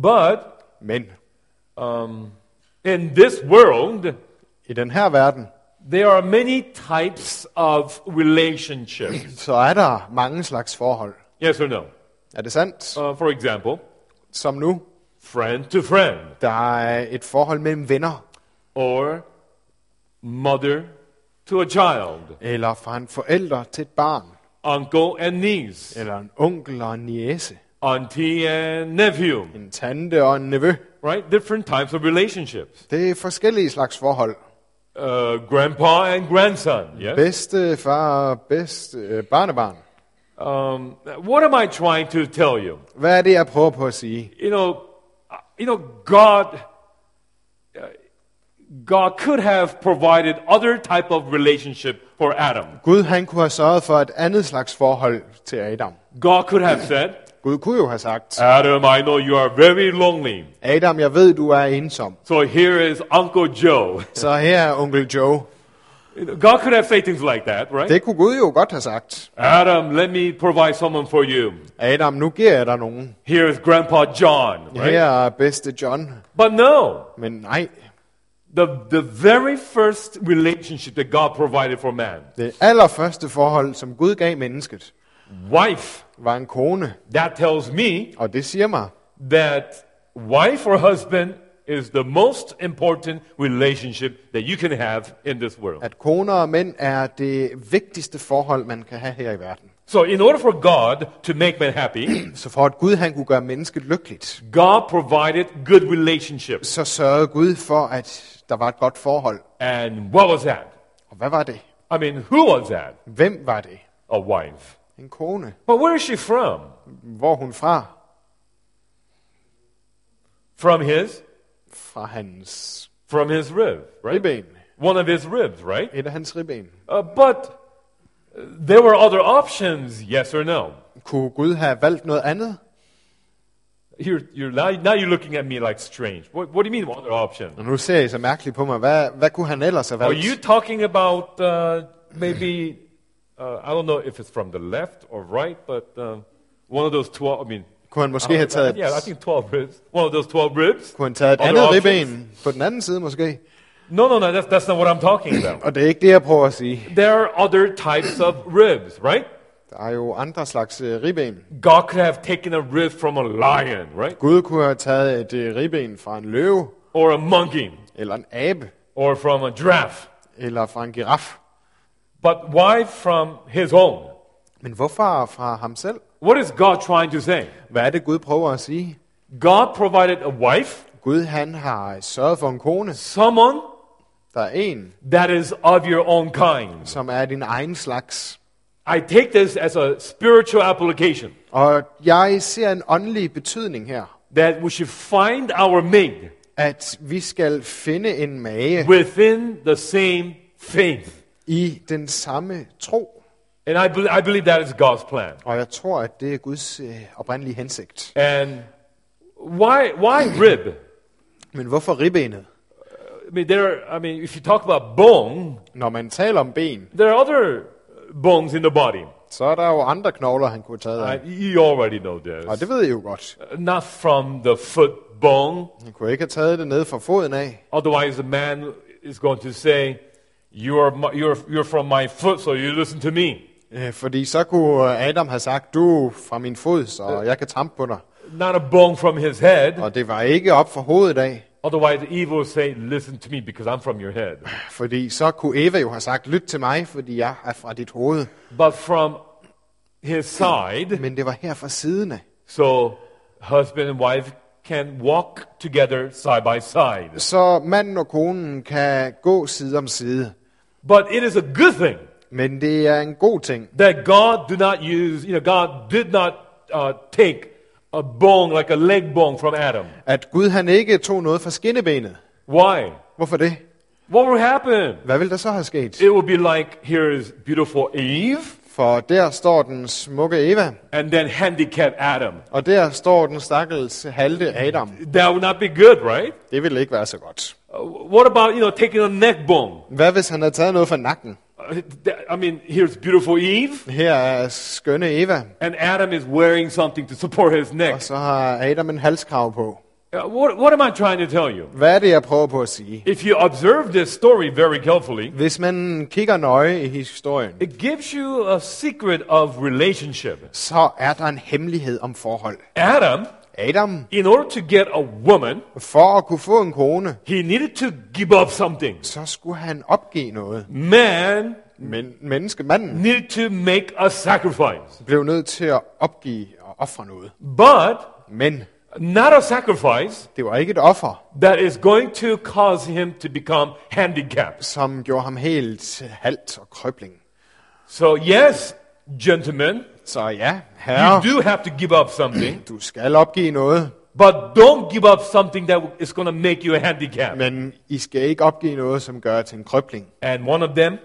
Speaker 1: But
Speaker 2: Men
Speaker 1: um, in this world,
Speaker 2: i den her verden,
Speaker 1: there are many types of relationships.
Speaker 2: så er der mange slags forhold.
Speaker 1: yes or no?
Speaker 2: Er det sandt?
Speaker 1: Uh, for example,
Speaker 2: Som nu,
Speaker 1: friend to friend,
Speaker 2: der er et forhold mellem venner,
Speaker 1: or mother to a child,
Speaker 2: eller fra en forælder til et barn,
Speaker 1: uncle and niece,
Speaker 2: eller en onkel og en niece,
Speaker 1: auntie and nephew,
Speaker 2: en tante og en nevø.
Speaker 1: right? Different types of relationships.
Speaker 2: Det er forskellige slags forhold.
Speaker 1: Uh, grandpa and grandson, yes?
Speaker 2: Bedste far og bedste øh, barnebarn.
Speaker 1: Um, what am I trying to tell you?
Speaker 2: Hvad er det, jeg prøver på at sige?
Speaker 1: you know, uh, you know, God, uh, God could have provided other type of relationship for Adam.
Speaker 2: Gud han kunne have sørget for et andet slags forhold til Adam.
Speaker 1: God could have said,
Speaker 2: Gud kunne jo have sagt,
Speaker 1: Adam, I know you are very lonely.
Speaker 2: Adam, jeg ved, du er ensom.
Speaker 1: So here is Uncle Joe.
Speaker 2: Så her er onkel Joe.
Speaker 1: God could have said things like that, right?
Speaker 2: Det kunne Gud jo godt have sagt.
Speaker 1: Adam, let me provide someone for you.
Speaker 2: Adam, nu giver jeg dig nogen.
Speaker 1: Here is Grandpa John, right?
Speaker 2: Her er bedste John.
Speaker 1: But no,
Speaker 2: Men nej,
Speaker 1: the, the very first relationship that God provided for man,
Speaker 2: det allerførste forhold, som Gud gav mennesket,
Speaker 1: wife,
Speaker 2: var en kone.
Speaker 1: that tells me
Speaker 2: Og det siger mig,
Speaker 1: that wife or husband is the most important relationship that you can have in this world.
Speaker 2: at koner og mænd er det vigtigste forhold, man kan have her i verden.
Speaker 1: So, in order for God to make man happy,
Speaker 2: Så for at Gud han kunne gøre mennesket lykkeligt,
Speaker 1: God provided good relationships.
Speaker 2: så sørgede Gud for, at der var et godt forhold.
Speaker 1: And what was that?
Speaker 2: Og hvad var det?
Speaker 1: I mean, who was that?
Speaker 2: Hvem var det?
Speaker 1: A wife.
Speaker 2: En kone.
Speaker 1: But where is she from?
Speaker 2: Hvor er hun fra?
Speaker 1: From his?
Speaker 2: Fra hans
Speaker 1: From his rib, right?
Speaker 2: ribben.
Speaker 1: One of his ribs, right?
Speaker 2: Et af hans ribben.
Speaker 1: Uh, but uh, there were other options, yes or no?
Speaker 2: Kunne Gud have valgt noget andet?
Speaker 1: You're, you're now, now you're looking at me like strange. What, what do you mean, other option?
Speaker 2: Og nu ser I så mærkeligt på mig. Hvad, hvad kunne han ellers have
Speaker 1: Are
Speaker 2: valgt?
Speaker 1: you talking about uh, maybe, uh, I don't know if it's from the left or right, but uh, one of those 12, I mean,
Speaker 2: Kunne han måske have taget
Speaker 1: yeah, I
Speaker 2: et,
Speaker 1: think 12 ribs. One of those 12 ribs?
Speaker 2: kunne han taget et
Speaker 1: Other
Speaker 2: andet
Speaker 1: options?
Speaker 2: ribben på den anden side måske?
Speaker 1: No, no, no, that's, that's not what I'm talking about.
Speaker 2: Og det er ikke det, jeg prøver at sige.
Speaker 1: there are other types of ribs, right?
Speaker 2: Der er jo andre slags øh, ribben.
Speaker 1: God could have taken a rib from a lion, right?
Speaker 2: Gud kunne have taget et øh, ribben fra en løve,
Speaker 1: Or a monkey,
Speaker 2: eller en abe,
Speaker 1: or from a giraffe.
Speaker 2: eller fra en giraf.
Speaker 1: But why from his own?
Speaker 2: Men hvorfor fra ham selv?
Speaker 1: What is God trying to say?
Speaker 2: Hvad er det, Gud prøver at sige?
Speaker 1: God provided a wife,
Speaker 2: Gud han har sørget for en kone.
Speaker 1: someone
Speaker 2: Der er en,
Speaker 1: that is of your own kind.
Speaker 2: som er din egen slags.
Speaker 1: I take this as a spiritual application
Speaker 2: Og jeg ser en åndelig betydning her.
Speaker 1: that we should find our mate
Speaker 2: At vi skal finde en mage
Speaker 1: within the same faith.
Speaker 2: i den samme tro.
Speaker 1: And I, bel I believe that is God's plan.
Speaker 2: Og jeg tror, at det er Guds øh, oprindelige hensigt.
Speaker 1: And why, why rib?
Speaker 2: Men hvorfor ribbenet?
Speaker 1: I mean, there. Are, I mean, if you talk about bone,
Speaker 2: Når man taler om ben,
Speaker 1: there are other uh, bones in the body.
Speaker 2: så er der jo andre knogler, han kunne have taget af.
Speaker 1: Uh, you already know this.
Speaker 2: Og det ved I jo godt.
Speaker 1: Uh, Not from the foot bone,
Speaker 2: Han kunne ikke have taget det ned fra foden af.
Speaker 1: otherwise the man is going to say, "You are, my, you're, you're from my foot, so you listen to me."
Speaker 2: Øh, Fordi så kunne øh, Adam have sagt, du er fra min fod, så jeg kan trampe på dig.
Speaker 1: Not a bone from his head,
Speaker 2: Og det var ikke op for hovedet af,
Speaker 1: otherwise the evil will say, "Listen to me, because I'm from your head."
Speaker 2: fordi så kunne Eva jo have sagt, lyt til mig, fordi jeg er fra dit hoved.
Speaker 1: But from his side,
Speaker 2: Men det var her fra siden af.
Speaker 1: so husband and wife can walk together side by side.
Speaker 2: Så manden og konen kan gå side om side.
Speaker 1: But it is a good thing.
Speaker 2: Men det er en god ting,
Speaker 1: that God did not use, you know, God did not uh, take a bone like a leg bone from Adam.
Speaker 2: at Gud han ikke tog noget fra skinnebenet.
Speaker 1: Why?
Speaker 2: Hvorfor det?
Speaker 1: What will happen?
Speaker 2: Hvad ville der så have sket?
Speaker 1: It will be like here is beautiful Eve
Speaker 2: For der står den smukke Eva,
Speaker 1: and then handicapped Adam.
Speaker 2: og der står den stakkels halte Adam.
Speaker 1: That would not be good, right?
Speaker 2: Det ville ikke være så godt.
Speaker 1: Uh, what about, you know, taking a neck bone?
Speaker 2: Hvad hvis han havde taget noget fra nakken?
Speaker 1: Uh, th- I mean, here's beautiful Eve
Speaker 2: Her er skønne Eva,
Speaker 1: and Adam is wearing something to support his
Speaker 2: og
Speaker 1: neck.
Speaker 2: så har Adam en halskrav på.
Speaker 1: Uh, what, what am I trying to tell you?
Speaker 2: Hvad er det, jeg prøver på at sige?
Speaker 1: If you observe this story very carefully,
Speaker 2: Hvis man kigger nøje i historien,
Speaker 1: it gives you a secret of relationship.
Speaker 2: så er der en hemmelighed om forhold.
Speaker 1: Adam
Speaker 2: Adam,
Speaker 1: in order to get a woman,
Speaker 2: for at kunne få en kone,
Speaker 1: he needed to give up something.
Speaker 2: så skulle han opgive noget.
Speaker 1: Man
Speaker 2: Men menneskemanden
Speaker 1: needed to make a sacrifice,
Speaker 2: blev nødt til at opgive og ofre noget.
Speaker 1: but
Speaker 2: Men
Speaker 1: not a sacrifice
Speaker 2: det var ikke et offer,
Speaker 1: that is going to cause him to become handicapped.
Speaker 2: som gjorde ham helt halt og krøbling.
Speaker 1: So, yes, gentlemen,
Speaker 2: Så ja,
Speaker 1: you
Speaker 2: herre,
Speaker 1: do have to give up something,
Speaker 2: du skal opgive noget,
Speaker 1: but don't give up something that is going to make you a handicap.
Speaker 2: men I skal ikke opgive noget, som gør jer til en krøbling.
Speaker 1: And one of them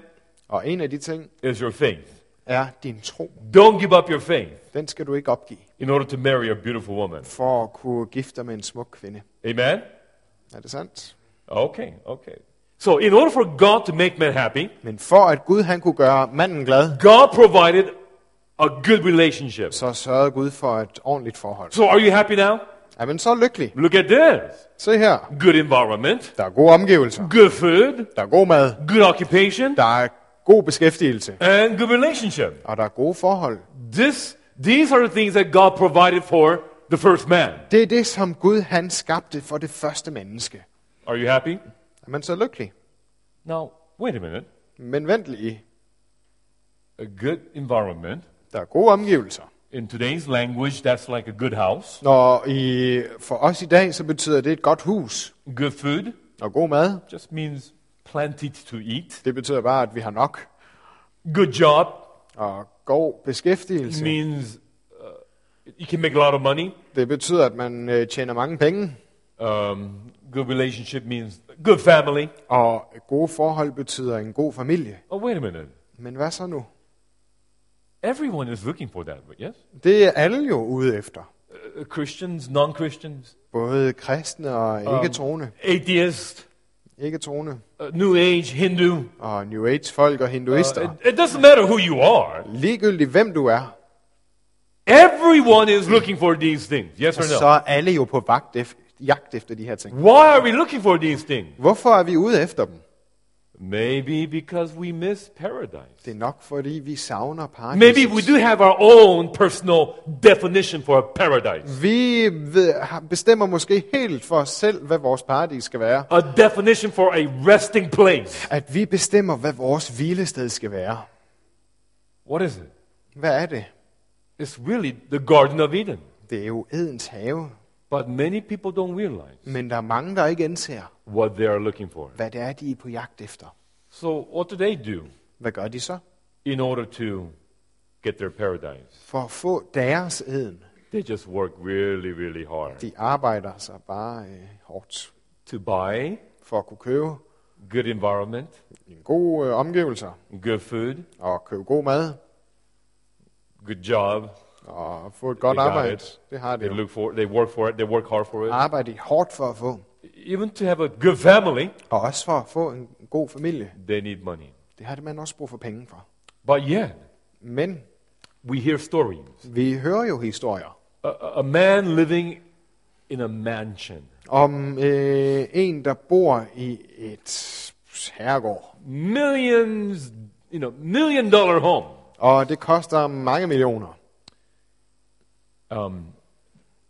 Speaker 2: Og en af de ting,
Speaker 1: is your faith.
Speaker 2: er din tro.
Speaker 1: Don't give up your faith
Speaker 2: Den skal du ikke opgive
Speaker 1: in order to marry a beautiful woman.
Speaker 2: for at kunne gifte dig med en smuk kvinde.
Speaker 1: Amen?
Speaker 2: Er det sandt?
Speaker 1: Okay, okay. So, in order for God to make man happy,
Speaker 2: Men for at Gud han kunne gøre manden glad,
Speaker 1: God provided a good relationship.
Speaker 2: så sørgede Gud for et ordentligt forhold.
Speaker 1: So, are you happy now?
Speaker 2: Er man så lykkelig?
Speaker 1: Look at this
Speaker 2: Se her.
Speaker 1: good environment,
Speaker 2: Der er gode omgivelser.
Speaker 1: good food,
Speaker 2: Der er god mad.
Speaker 1: good occupation,
Speaker 2: Der er god beskæftigelse.
Speaker 1: and good relationship.
Speaker 2: Og der er gode forhold.
Speaker 1: This, these are the things that God provided for the first man.
Speaker 2: Det er det, som Gud han skabte for det første menneske.
Speaker 1: Are you happy?
Speaker 2: Er man så lykkelig?
Speaker 1: Now, wait a minute.
Speaker 2: Men vent lige.
Speaker 1: A good environment,
Speaker 2: Der er gode omgivelser.
Speaker 1: in today's language, that's like a good house,
Speaker 2: Når i, for os i dag, så betyder det et godt hus.
Speaker 1: good food,
Speaker 2: Og god mad,
Speaker 1: just means plenty to eat.
Speaker 2: det betyder bare, at vi har nok.
Speaker 1: Good job
Speaker 2: Og god beskæftigelse,
Speaker 1: means uh, you can make a lot of money.
Speaker 2: det betyder, at man øh, tjener mange penge.
Speaker 1: Um, good relationship means good family.
Speaker 2: Og gode forhold betyder en god familie.
Speaker 1: Oh, wait a minute.
Speaker 2: Men hvad så nu?
Speaker 1: Everyone is looking for that, but yes?
Speaker 2: Det er alle jo ude efter.
Speaker 1: Uh, Christians, non Christians,
Speaker 2: Både kristne og ikke troende.
Speaker 1: atheists,
Speaker 2: Ikke troende.
Speaker 1: uh, New Age, Hindu.
Speaker 2: Og New Age folk og
Speaker 1: Uh,
Speaker 2: hinduister.
Speaker 1: it, it doesn't matter who you are.
Speaker 2: Ligegyldigt hvem du er,
Speaker 1: Everyone is looking for these things. Yes or
Speaker 2: så
Speaker 1: no?
Speaker 2: er alle jo på vagt ef- jagt efter de her ting.
Speaker 1: Why are we looking for these things?
Speaker 2: Hvorfor er vi ude efter dem?
Speaker 1: Maybe because we miss paradise.
Speaker 2: Det er nok, fordi vi savner paradiset.
Speaker 1: Maybe we do have our own personal definition for paradise.
Speaker 2: Vi ved, har- bestemmer måske helt for os selv, hvad vores paradis skal være.
Speaker 1: A definition for a resting place.
Speaker 2: At vi bestemmer, hvad vores hvilested skal være.
Speaker 1: What is it?
Speaker 2: Hvad er det?
Speaker 1: It's really the Garden of Eden.
Speaker 2: Det er jo Edens have.
Speaker 1: But many people don't realize
Speaker 2: Men der er mange, der ikke indser,
Speaker 1: what they are looking for.
Speaker 2: hvad det er, de er på jagt efter.
Speaker 1: So, what do they do
Speaker 2: Hvad gør de så?
Speaker 1: in order to get their paradise?
Speaker 2: For at få deres Eden.
Speaker 1: They just work really, really hard
Speaker 2: De arbejder sig bare øh, hårdt
Speaker 1: to buy
Speaker 2: for at kunne købe
Speaker 1: good environment,
Speaker 2: en god øh, omgivelser
Speaker 1: good food,
Speaker 2: og købe god mad
Speaker 1: good job.
Speaker 2: og få et godt
Speaker 1: Det gør
Speaker 2: arbejde.
Speaker 1: det.
Speaker 2: Det har det
Speaker 1: They
Speaker 2: jo.
Speaker 1: look for, they work for it, they work hard for it.
Speaker 2: Arbejde hårdt for at få.
Speaker 1: Even to have a good family,
Speaker 2: Og også for at få en god familie.
Speaker 1: they need money.
Speaker 2: Det har det man også brug for penge for.
Speaker 1: But yet,
Speaker 2: Men
Speaker 1: we hear stories.
Speaker 2: vi hører jo historier
Speaker 1: A, a- a man living in a mansion,
Speaker 2: om øh, en, der bor i et herregård.
Speaker 1: millions, you know, million dollar home.
Speaker 2: Og det koster mange millioner.
Speaker 1: Um,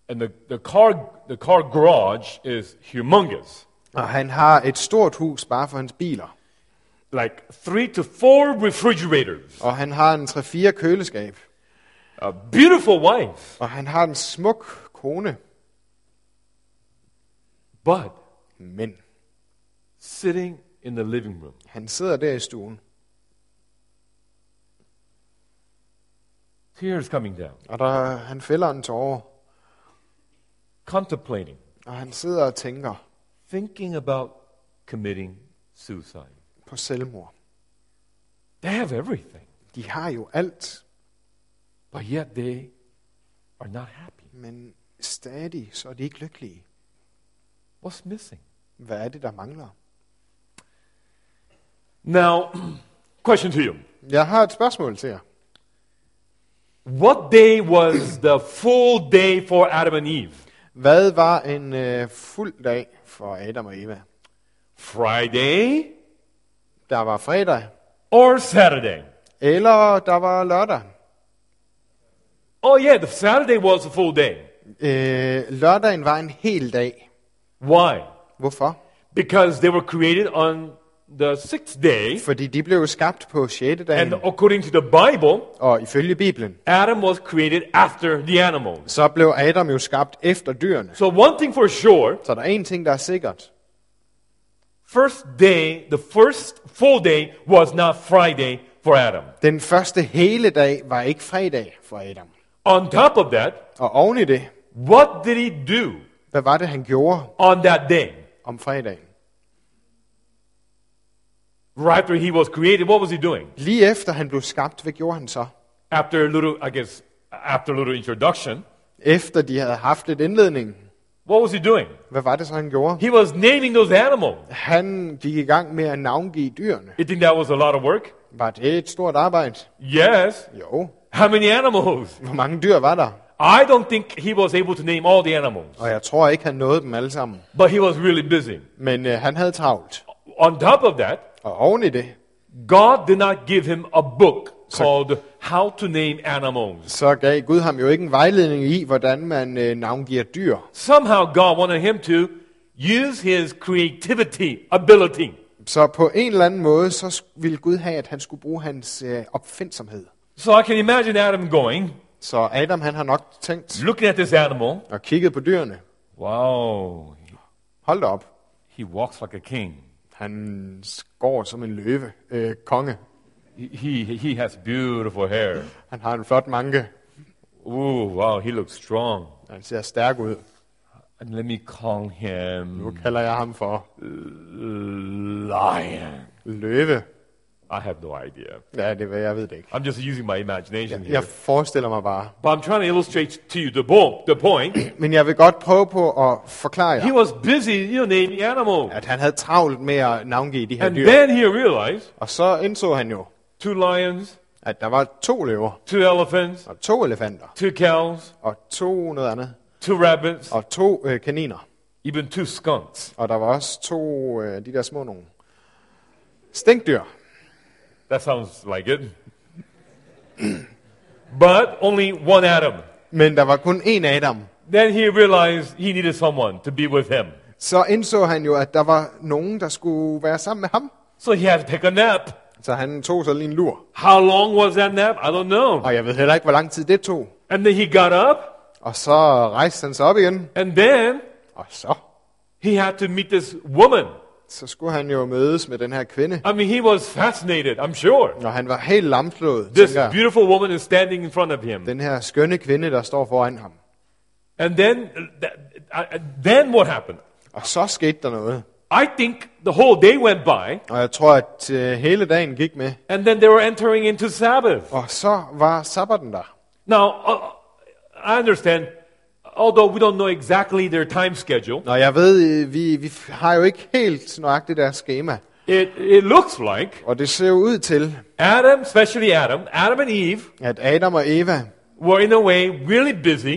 Speaker 1: and the, the, car, the car garage is humongous,
Speaker 2: Og han har et stort hus bare for hans biler.
Speaker 1: like three to four refrigerators,
Speaker 2: Og han har en 3-4 køleskab.
Speaker 1: a beautiful wife.
Speaker 2: Og han har en smuk kone.
Speaker 1: But
Speaker 2: Men
Speaker 1: sitting in the living room,
Speaker 2: han sidder der i stuen,
Speaker 1: tears coming down,
Speaker 2: og der, han fælder en tårer.
Speaker 1: contemplating,
Speaker 2: Og han sidder og tænker
Speaker 1: thinking about committing suicide.
Speaker 2: på selvmord.
Speaker 1: They have everything,
Speaker 2: De har jo alt,
Speaker 1: but yet they are not happy.
Speaker 2: men stadig så er de ikke lykkelige.
Speaker 1: What's missing?
Speaker 2: Hvad er det, der mangler?
Speaker 1: Now, question to you.
Speaker 2: Jeg har et spørgsmål til jer.
Speaker 1: What day was the full day for Adam and Eve?
Speaker 2: Hvad var en øh, fuld dag for Adam og Eva?
Speaker 1: Friday
Speaker 2: Der var fredag,
Speaker 1: or Saturday?
Speaker 2: eller der var lørdag.
Speaker 1: Oh yeah, the Saturday was a full day.
Speaker 2: Øh, lørdagen var en hel dag.
Speaker 1: Why?
Speaker 2: Hvorfor?
Speaker 1: Because they were created on the sixth day,
Speaker 2: Fordi de blev jo skabt på 6. dagen,
Speaker 1: and according to the Bible,
Speaker 2: og ifølge Bibelen,
Speaker 1: Adam was created after the animals.
Speaker 2: så blev Adam jo skabt efter dyrene.
Speaker 1: So one thing for sure,
Speaker 2: Så der er en ting, der er sikkert.
Speaker 1: first day, the first full day was not Friday for Adam.
Speaker 2: Den første hele dag var ikke fredag for Adam.
Speaker 1: On top of that,
Speaker 2: Og oven i det,
Speaker 1: what did he do
Speaker 2: hvad var det, han gjorde
Speaker 1: on that day?
Speaker 2: om fredagen?
Speaker 1: Right after he was created, what was he doing?
Speaker 2: Lige efter han blev skabt, hvad gjorde han så?
Speaker 1: After a little, I guess, after a little introduction,
Speaker 2: Efter de havde haft et indledning,
Speaker 1: what was he doing?
Speaker 2: hvad var det så, han gjorde?
Speaker 1: He was naming those animals.
Speaker 2: Han gik i gang med at navngive dyrene.
Speaker 1: You think that was a lot of work?
Speaker 2: Var det et stort arbejde?
Speaker 1: Yes.
Speaker 2: Jo.
Speaker 1: How many animals?
Speaker 2: Hvor mange dyr var der?
Speaker 1: I don't think he was able to name all the animals,
Speaker 2: Og jeg tror ikke, han nåede dem alle sammen.
Speaker 1: but he was really busy.
Speaker 2: Men øh, han havde travlt.
Speaker 1: On top of that,
Speaker 2: Og oven i det,
Speaker 1: God did not give him a book
Speaker 2: So-
Speaker 1: called How to Name Animals.
Speaker 2: så gav Gud ham jo ikke en vejledning i, hvordan man øh, navngiver dyr.
Speaker 1: Somehow God wanted him to use his creativity ability.
Speaker 2: Så på en eller anden måde, så sk- ville Gud have, at han skulle bruge hans øh, opfindsomhed.
Speaker 1: So I can imagine Adam going,
Speaker 2: Så Adam han har nok tænkt
Speaker 1: looking at this animal.
Speaker 2: og kigget på dyrene.
Speaker 1: Wow,
Speaker 2: Hold da op.
Speaker 1: he walks like a king.
Speaker 2: Han går som en løve. Øh, konge.
Speaker 1: He, he, he has beautiful hair.
Speaker 2: Han har en flot manke.
Speaker 1: Ooh, wow, he looks strong.
Speaker 2: Han ser stærk ud.
Speaker 1: And let me call
Speaker 2: Nu
Speaker 1: him
Speaker 2: kalder jeg ham for
Speaker 1: Lion.
Speaker 2: løve.
Speaker 1: I have no idea.
Speaker 2: Ja, det ved jeg ved det ikke.
Speaker 1: I'm just using my imagination here.
Speaker 2: Jeg forestiller mig bare.
Speaker 1: But I'm trying to illustrate to you the, bo- the point.
Speaker 2: Men jeg vil godt prøve på at forklare
Speaker 1: he
Speaker 2: jer,
Speaker 1: was busy, you know, naming animals.
Speaker 2: at han havde travlt med at navngive de her
Speaker 1: And
Speaker 2: dyr.
Speaker 1: then he realized
Speaker 2: Og så indså han jo,
Speaker 1: two lions,
Speaker 2: at der var to løver,
Speaker 1: two elephants,
Speaker 2: og to elefanter,
Speaker 1: two cows,
Speaker 2: og to noget andet,
Speaker 1: two rabbits,
Speaker 2: og to øh, kaniner.
Speaker 1: even two skunks.
Speaker 2: Og der var også to øh, de der små nogle. Stinkdyr.
Speaker 1: That sounds like it. but only one Adam.
Speaker 2: Men der var kun én Adam.
Speaker 1: Then he realized he needed someone to be with him.
Speaker 2: Så indså han jo, at der var nogen, der skulle være sammen med ham.
Speaker 1: So he had to take a nap.
Speaker 2: Så han tog sig lige en lur.
Speaker 1: How long was that nap? I don't know.
Speaker 2: Og jeg ved heller ikke, hvor lang tid det tog.
Speaker 1: And then he got up,
Speaker 2: Og så rejste han sig op igen.
Speaker 1: and then
Speaker 2: Og så,
Speaker 1: he had to meet this woman.
Speaker 2: så skulle han jo mødes med den her kvinde.
Speaker 1: I mean, he was fascinated, I'm sure.
Speaker 2: Og han var helt lamslået,
Speaker 1: This
Speaker 2: tænker jeg.
Speaker 1: beautiful woman is standing in front of him.
Speaker 2: Den her skønne kvinde, der står foran ham.
Speaker 1: And then, uh, th- uh, uh, then what happened?
Speaker 2: Og så skete der noget.
Speaker 1: I think the whole day went by,
Speaker 2: Og jeg tror, at øh, hele dagen gik med.
Speaker 1: and then they were entering into Sabbath.
Speaker 2: Og så var sabbaten der.
Speaker 1: Now, uh, I understand, although we don't know exactly their time schedule,
Speaker 2: Og jeg ved, øh, vi, vi f- har jo ikke helt nøjagtigt deres schema.
Speaker 1: it, it looks like
Speaker 2: Og det ser jo ud til,
Speaker 1: Adam, especially Adam, Adam and Eve
Speaker 2: at Adam og Eva
Speaker 1: were in a way really busy.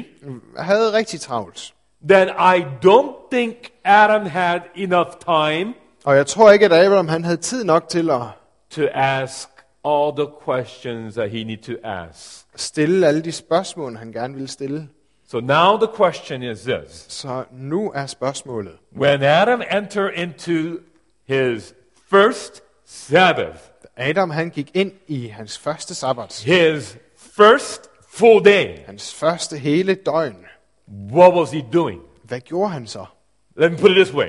Speaker 2: havde rigtig travlt.
Speaker 1: then I don't think Adam had enough time
Speaker 2: Og jeg tror ikke, at Abraham han havde tid nok til at
Speaker 1: to ask all the questions that he need to ask.
Speaker 2: stille alle de spørgsmål, han gerne ville stille.
Speaker 1: So now the question is this.
Speaker 2: Så nu er spørgsmålet.
Speaker 1: When Adam entered into his first Sabbath,
Speaker 2: Adam han gik ind i hans første sabbat.
Speaker 1: his first full day,
Speaker 2: Hans første hele døgn.
Speaker 1: what was he doing?
Speaker 2: Hvad gjorde han så?
Speaker 1: Let me put it this way.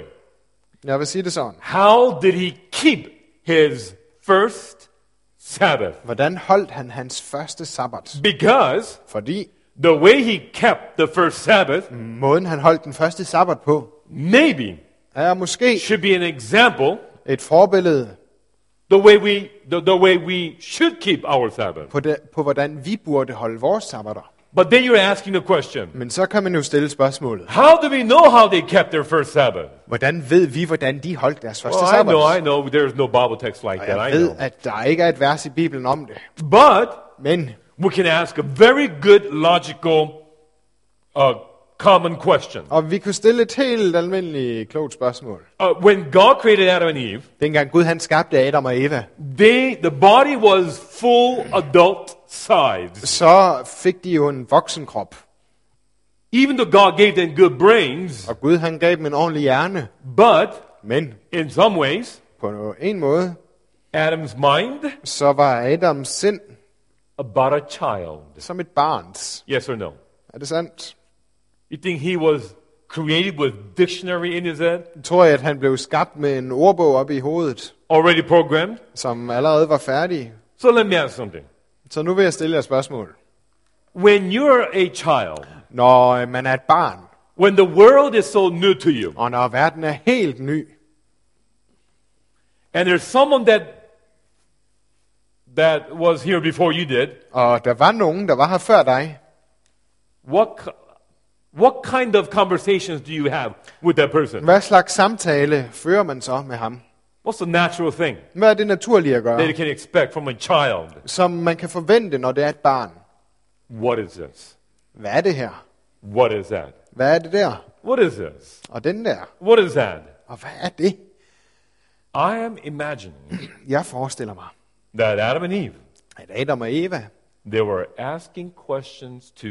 Speaker 2: Jeg vil sige det sådan.
Speaker 1: How did he keep his first Sabbath?
Speaker 2: Hvordan holdt han hans første sabbat?
Speaker 1: Because
Speaker 2: Fordi
Speaker 1: the way he kept the first Sabbath,
Speaker 2: måden han holdt den første sabbat på,
Speaker 1: maybe
Speaker 2: er måske
Speaker 1: should be an example
Speaker 2: et forbillede
Speaker 1: the way we the, the way we should keep our sabbath
Speaker 2: på, det, på, hvordan vi burde holde vores sabbater.
Speaker 1: but then you're asking the question
Speaker 2: Men så kan man jo stille spørgsmålet.
Speaker 1: how do we know how they kept their first sabbath
Speaker 2: Hvordan ved vi, hvordan de holdt deres første
Speaker 1: well, i
Speaker 2: sabbat?
Speaker 1: know i know there's no bible text like
Speaker 2: Og
Speaker 1: that i
Speaker 2: jeg ved,
Speaker 1: know
Speaker 2: at der ikke er et vers i Bibelen om det.
Speaker 1: but
Speaker 2: Men
Speaker 1: we can ask a very good logical uh, common question
Speaker 2: og vi kunne stille et helt almindeligt klogt spørgsmål.
Speaker 1: uh, when god created adam and eve
Speaker 2: Dengang Gud han skabte Adam og Eva,
Speaker 1: they the body was full adult size
Speaker 2: så fik de jo en voksen krop.
Speaker 1: even though god gave them good brains
Speaker 2: Og Gud han gav dem en ordentlig hjerne.
Speaker 1: but
Speaker 2: Men
Speaker 1: in some ways
Speaker 2: på en måde,
Speaker 1: adam's mind
Speaker 2: så var Adams sind
Speaker 1: about a child.
Speaker 2: som et barns.
Speaker 1: Yes or no?
Speaker 2: Er det sandt?
Speaker 1: You think he was created with dictionary in his head,
Speaker 2: Tror jeg, at han blev skabt med en ordbog op i hovedet,
Speaker 1: already programmed?
Speaker 2: som allerede var færdig?
Speaker 1: So let me ask something.
Speaker 2: Så nu vil jeg stille jer et spørgsmål.
Speaker 1: When you're a child,
Speaker 2: Når øh, man er et barn,
Speaker 1: when the world is so new to you,
Speaker 2: og når verden er helt ny,
Speaker 1: and there's someone that that was here before you did,
Speaker 2: Og der var nogen, der var her før dig.
Speaker 1: what, ki- what kind of conversations do you have with that person?
Speaker 2: Hvad slags samtale fører man så med ham?
Speaker 1: What's the natural thing
Speaker 2: Hvad er det naturlige at
Speaker 1: that
Speaker 2: gøre,
Speaker 1: you can expect from a child?
Speaker 2: som man kan forvente, når det er et barn?
Speaker 1: What is this?
Speaker 2: Hvad er det her?
Speaker 1: What is that?
Speaker 2: Hvad er det der?
Speaker 1: What is this?
Speaker 2: Og den der?
Speaker 1: What is that?
Speaker 2: Og hvad er det?
Speaker 1: I am imagining
Speaker 2: Jeg forestiller mig,
Speaker 1: that Adam and Eve,
Speaker 2: at Adam og Eva,
Speaker 1: they were asking questions to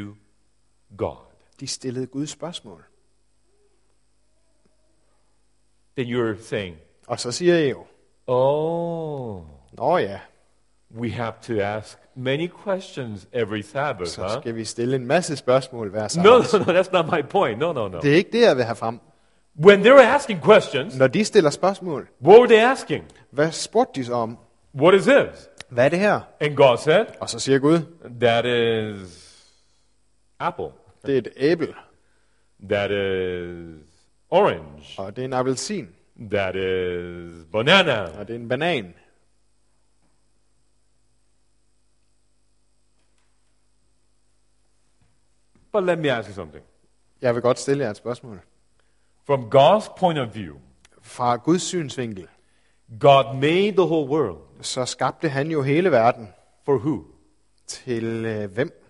Speaker 1: God.
Speaker 2: de stillede Gud spørgsmål.
Speaker 1: Then you're saying,
Speaker 2: Og så siger jeg jo,
Speaker 1: oh,
Speaker 2: Nå ja,
Speaker 1: we have to ask many questions every Sabbath,
Speaker 2: så
Speaker 1: huh?
Speaker 2: skal vi stille en masse spørgsmål hver sammen.
Speaker 1: No, no, no, that's not my point. No, no, no.
Speaker 2: Det er ikke det, jeg vil have frem.
Speaker 1: When they were asking questions,
Speaker 2: Når de stiller spørgsmål,
Speaker 1: what were they asking?
Speaker 2: hvad spurgte de så om?
Speaker 1: What is this?
Speaker 2: Hvad er det her?
Speaker 1: And God said,
Speaker 2: Og så siger Gud,
Speaker 1: that is apple.
Speaker 2: det er et æble,
Speaker 1: That is orange.
Speaker 2: og det er en appelsin,
Speaker 1: That is banana.
Speaker 2: og det er en banan.
Speaker 1: But let me ask you something.
Speaker 2: Jeg vil godt stille jer et spørgsmål.
Speaker 1: From God's point of view,
Speaker 2: Fra Guds synsvinkel,
Speaker 1: God made the whole world.
Speaker 2: så skabte han jo hele verden.
Speaker 1: For who?
Speaker 2: Til øh, hvem?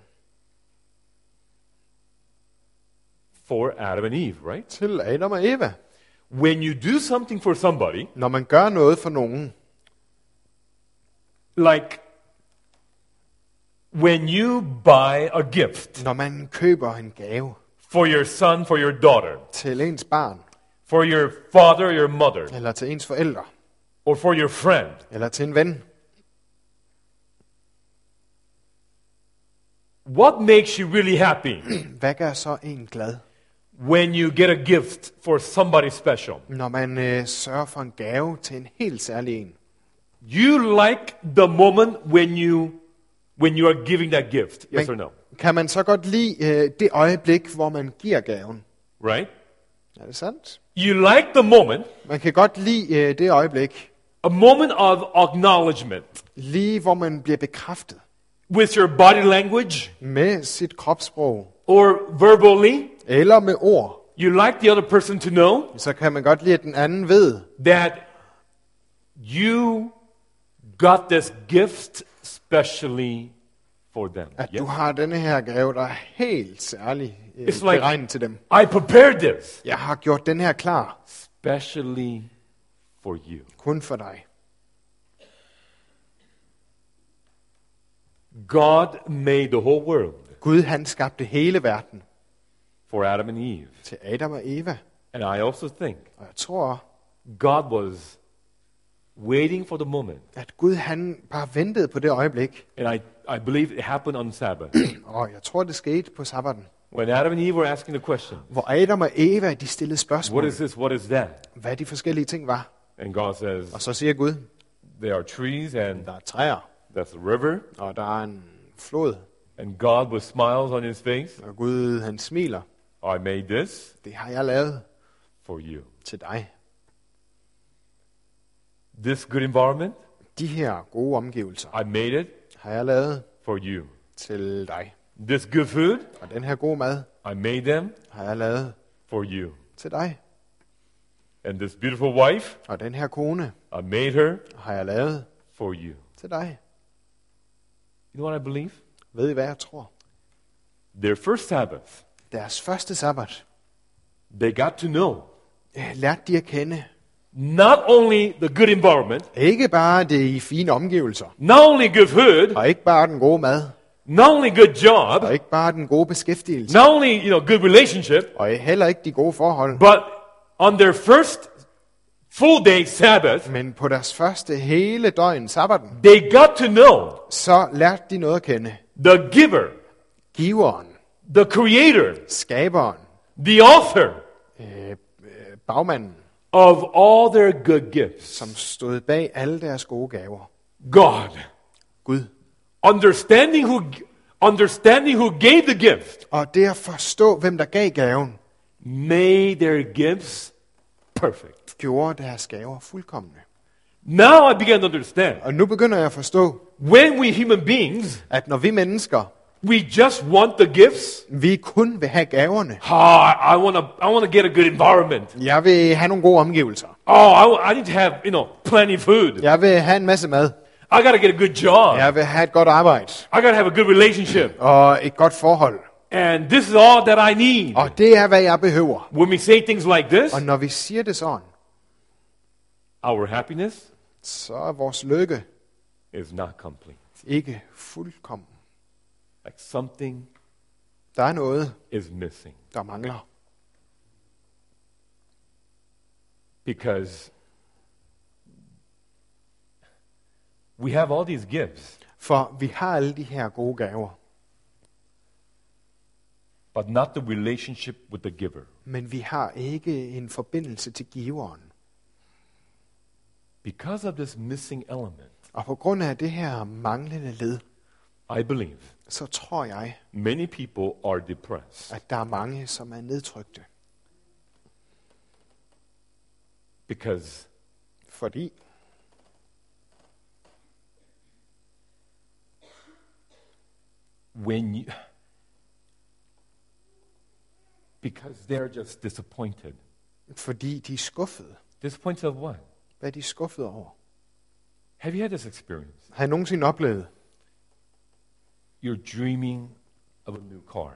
Speaker 1: For Adam and Eve, right?
Speaker 2: Til Adam og Eva.
Speaker 1: When you do something for somebody,
Speaker 2: Når man gør noget for nogen,
Speaker 1: like when you buy a gift
Speaker 2: når man køber en gave
Speaker 1: for your son, for your daughter,
Speaker 2: til ens barn,
Speaker 1: for your father, your mother,
Speaker 2: eller til ens forældre,
Speaker 1: or for your friend,
Speaker 2: eller til en ven,
Speaker 1: what makes you really happy
Speaker 2: hvad gør så en glad?
Speaker 1: when you get a gift for somebody special?
Speaker 2: Når man øh, sørger for en gave til en helt særlig en.
Speaker 1: You like the moment when you when you are giving that gift, yes or no,
Speaker 2: Kan man så godt lide øh, det øjeblik, hvor man giver gaven?
Speaker 1: right?
Speaker 2: Er det sandt?
Speaker 1: You like the moment,
Speaker 2: Man kan godt lide øh, det øjeblik,
Speaker 1: a moment of acknowledgement
Speaker 2: lige hvor man bliver bekræftet
Speaker 1: with your body language
Speaker 2: med sit kropssprog,
Speaker 1: or verbally.
Speaker 2: eller med ord.
Speaker 1: You like the other person to know
Speaker 2: Så kan man godt lide, at den anden ved,
Speaker 1: that you got this gift specially for them.
Speaker 2: at
Speaker 1: Yes?
Speaker 2: du har denne her gave, der er helt særlig øh,
Speaker 1: It's like-
Speaker 2: beregnet til dem.
Speaker 1: I prepared this
Speaker 2: Jeg har gjort den her klar,
Speaker 1: specially for you.
Speaker 2: kun for dig.
Speaker 1: God made the whole world
Speaker 2: Gud han skabte hele verden
Speaker 1: for Adam and Eve.
Speaker 2: til Adam og Eva.
Speaker 1: And I also think
Speaker 2: Og jeg tror,
Speaker 1: God was waiting for the moment.
Speaker 2: at Gud han bare ventede på det øjeblik.
Speaker 1: And I, I believe it happened on Sabbath.
Speaker 2: Og jeg tror, det skete på sabbaten.
Speaker 1: when Adam and Eve were asking the question,
Speaker 2: Hvor Adam og Eva de stillede
Speaker 1: What
Speaker 2: spørgsmål,
Speaker 1: is this? What is that?
Speaker 2: hvad de forskellige ting var.
Speaker 1: And God says,
Speaker 2: Og så siger Gud,
Speaker 1: There are trees and
Speaker 2: der er træer,
Speaker 1: that's a river.
Speaker 2: og der er en flod.
Speaker 1: And God with smiles on his face,
Speaker 2: Og Gud han smiler.
Speaker 1: I made this
Speaker 2: Det har jeg lavet
Speaker 1: for you.
Speaker 2: til dig.
Speaker 1: This good environment,
Speaker 2: De her gode omgivelser
Speaker 1: I made it
Speaker 2: har jeg lavet
Speaker 1: for you.
Speaker 2: til dig.
Speaker 1: This good food,
Speaker 2: Og den her gode mad
Speaker 1: I made them
Speaker 2: har jeg lavet
Speaker 1: for you.
Speaker 2: til dig.
Speaker 1: And this beautiful wife,
Speaker 2: Og den her kone
Speaker 1: I made her
Speaker 2: har jeg lavet
Speaker 1: for you.
Speaker 2: til dig.
Speaker 1: You know what I believe?
Speaker 2: Ved I, hvad jeg tror?
Speaker 1: Their first Sabbath,
Speaker 2: Deres første sabbat
Speaker 1: they got to know
Speaker 2: øh, lærte de at kende.
Speaker 1: not only the good environment,
Speaker 2: Ikke bare det i fine omgivelser,
Speaker 1: not only good food,
Speaker 2: og ikke bare den gode mad,
Speaker 1: not only good job,
Speaker 2: og ikke bare den gode beskæftigelse,
Speaker 1: not only you know good relationship,
Speaker 2: og heller ikke de gode forhold,
Speaker 1: but on their first full day Sabbath,
Speaker 2: men på deres første hele døgn, sabbaten,
Speaker 1: they got to know
Speaker 2: så lærte de noget at kende.
Speaker 1: the giver,
Speaker 2: Giveren,
Speaker 1: the creator,
Speaker 2: skaberen,
Speaker 1: the author
Speaker 2: øh, øh, bagmanden,
Speaker 1: of all their good gifts.
Speaker 2: som stod bag alle deres gode gaver.
Speaker 1: God,
Speaker 2: Gud.
Speaker 1: understanding who understanding who gave the gift,
Speaker 2: Og det at forstå, hvem der gav gaven,
Speaker 1: made their gifts perfect.
Speaker 2: gjorde deres gaver fuldkommende.
Speaker 1: Now I begin to understand
Speaker 2: Og nu begynder jeg at forstå,
Speaker 1: when we human beings,
Speaker 2: at når vi mennesker,
Speaker 1: we just want the gifts.
Speaker 2: vi kun vil have gaverne.
Speaker 1: Oh, I want to I want to get a good environment.
Speaker 2: Jeg vil have nogle gode omgivelser.
Speaker 1: Oh, I, I need to have, you know, plenty of food.
Speaker 2: Jeg vil have en masse mad.
Speaker 1: I got to get a good job.
Speaker 2: Jeg vil have et godt arbejde.
Speaker 1: I got to have a good relationship.
Speaker 2: Og et godt forhold.
Speaker 1: And this is all that I need.
Speaker 2: Og det er, hvad jeg behøver.
Speaker 1: When we say things like this,
Speaker 2: Og når vi siger det sådan,
Speaker 1: our happiness
Speaker 2: så er vores lykke
Speaker 1: is not complete.
Speaker 2: ikke fuldkommen.
Speaker 1: Like something
Speaker 2: Der er noget,
Speaker 1: is missing
Speaker 2: der mangler.
Speaker 1: because we have all these gifts,
Speaker 2: For vi har alle de her gode gaver,
Speaker 1: but not the relationship with the giver.
Speaker 2: men vi har ikke en forbindelse til giveren.
Speaker 1: Because of this missing element,
Speaker 2: Og på grund af det her manglende led,
Speaker 1: I believe
Speaker 2: så tror jeg,
Speaker 1: many people are depressed
Speaker 2: at der er mange, som er nedtrykte.
Speaker 1: because
Speaker 2: Fordi
Speaker 1: when you because they're just disappointed.
Speaker 2: Fordi de er skuffede.
Speaker 1: Disappointed of what?
Speaker 2: Hvad er de skuffede over?
Speaker 1: Have you had this experience?
Speaker 2: Har jeg nogensinde oplevet?
Speaker 1: You're dreaming of a new car,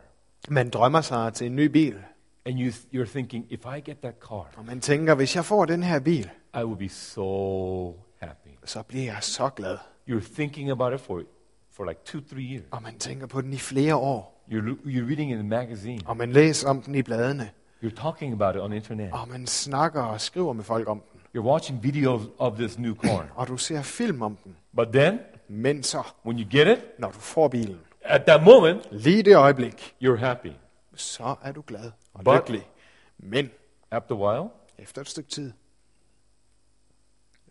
Speaker 2: Man drømmer sig til en ny bil,
Speaker 1: and you th- you're thinking, if I get that car,
Speaker 2: og man tænker, hvis jeg får den her bil,
Speaker 1: I will be so happy.
Speaker 2: så bliver jeg så glad.
Speaker 1: You're thinking about it for for like two, three years.
Speaker 2: Og man tænker på den i flere år,
Speaker 1: You're lo- you're reading in the magazine.
Speaker 2: og man læser om den i bladene,
Speaker 1: You're talking about it on the internet.
Speaker 2: og man snakker og skriver med folk om den,
Speaker 1: You're watching videos of this new car.
Speaker 2: og du ser film om den.
Speaker 1: But then,
Speaker 2: Men så,
Speaker 1: when you get it,
Speaker 2: når du får bilen,
Speaker 1: at that moment,
Speaker 2: lige det øjeblik,
Speaker 1: you're happy.
Speaker 2: så er du glad og
Speaker 1: But-
Speaker 2: lykkelig. Men
Speaker 1: After a while,
Speaker 2: efter et stykke tid,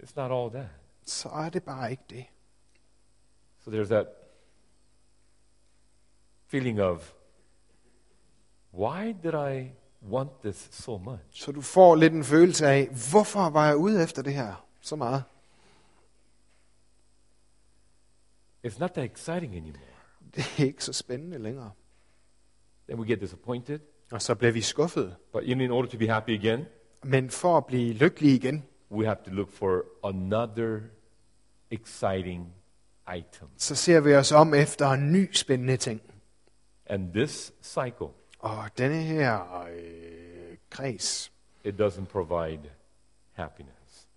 Speaker 1: it's not all that.
Speaker 2: så er det bare ikke det.
Speaker 1: So there's that feeling of why did I want this so much?
Speaker 2: Så du får lidt en følelse af, hvorfor var jeg ude efter det her så meget?
Speaker 1: It's not that exciting anymore.
Speaker 2: det er ikke så spændende længere.
Speaker 1: Then we get disappointed.
Speaker 2: Og så bliver vi skuffede.
Speaker 1: But in, in order to be happy again,
Speaker 2: Men for at blive lykkelige igen,
Speaker 1: we have to look for another exciting item.
Speaker 2: så ser vi os om efter en ny spændende ting.
Speaker 1: And this cycle,
Speaker 2: Og denne her øh, kreds,
Speaker 1: it doesn't provide happiness.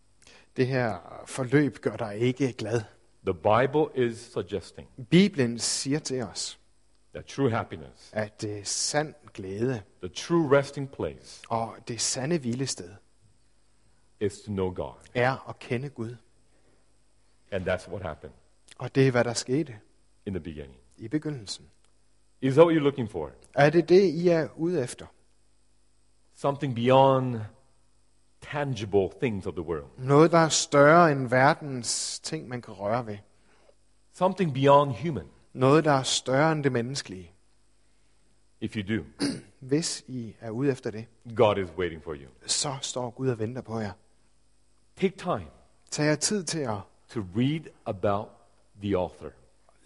Speaker 2: det her forløb gør dig ikke glad.
Speaker 1: The Bible is suggesting
Speaker 2: Bibelen siger til os,
Speaker 1: that true happiness,
Speaker 2: at det er sand glæde
Speaker 1: the true resting place,
Speaker 2: og det sande hvilested
Speaker 1: is to know God.
Speaker 2: er at kende Gud.
Speaker 1: And that's what happened
Speaker 2: Og det er, hvad der skete
Speaker 1: in the beginning.
Speaker 2: i begyndelsen.
Speaker 1: Is that what you're looking for?
Speaker 2: Er det det, I er ude efter?
Speaker 1: Something beyond tangible things of the world.
Speaker 2: Noget, der er større end verdens ting, man kan røre ved.
Speaker 1: Something beyond human,
Speaker 2: Noget, der er større end det menneskelige.
Speaker 1: if you do.
Speaker 2: Hvis I er ude efter det,
Speaker 1: God is waiting for you.
Speaker 2: så står Gud og venter på jer.
Speaker 1: Take time
Speaker 2: Tag jer tid til at
Speaker 1: to read about the author,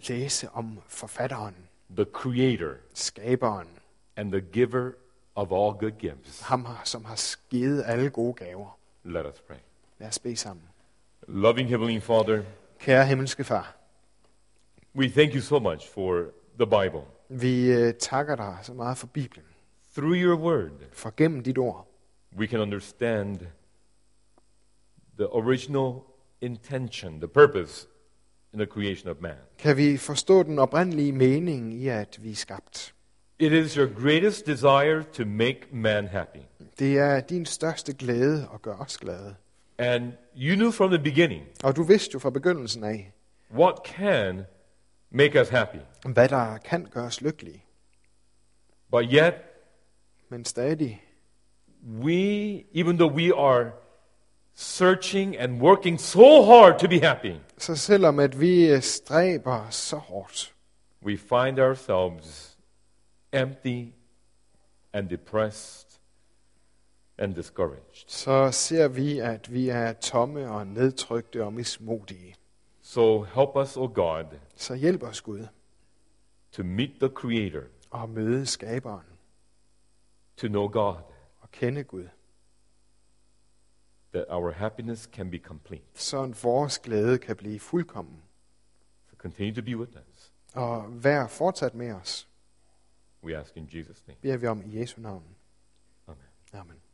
Speaker 2: læse om forfatteren,
Speaker 1: the creator,
Speaker 2: skaberen,
Speaker 1: and the giver of all good gifts.
Speaker 2: ham, som har givet alle gode gaver.
Speaker 1: Let us pray.
Speaker 2: Lad os bede sammen.
Speaker 1: Loving Heavenly Father,
Speaker 2: Kære himmelske far,
Speaker 1: we thank you so much for the Bible.
Speaker 2: vi øh, takker dig så meget for Bibelen.
Speaker 1: Through your word,
Speaker 2: For gennem dit ord
Speaker 1: we can understand the original intention, the purpose in the creation of man.
Speaker 2: kan vi forstå den oprindelige mening i, at vi er skabt.
Speaker 1: It is your greatest desire to make man happy.
Speaker 2: Det er din største glæde at gøre os glade.
Speaker 1: And you knew from the beginning
Speaker 2: Og du vidste jo fra begyndelsen af,
Speaker 1: what can make us happy.
Speaker 2: hvad der kan gøre os lykkelige.
Speaker 1: But yet,
Speaker 2: Men stadig
Speaker 1: we, even though we are searching and working so hard to be happy,
Speaker 2: Så selvom at vi øh, stræber så hårdt,
Speaker 1: we find ourselves empty and depressed and discouraged.
Speaker 2: så ser vi, at vi er tomme og nedtrykte og mismodige.
Speaker 1: So help us, O God,
Speaker 2: Så hjælp os Gud
Speaker 1: to meet the Creator,
Speaker 2: og møde skaberen
Speaker 1: to know God,
Speaker 2: og kende Gud,
Speaker 1: that our happiness can be complete.
Speaker 2: så vores glæde kan blive fuldkommen.
Speaker 1: So continue to be with us.
Speaker 2: Og vær fortsat med os,
Speaker 1: We ask in Jesus' name.
Speaker 2: beder vi om i Jesu navn.
Speaker 1: Amen.
Speaker 2: Amen.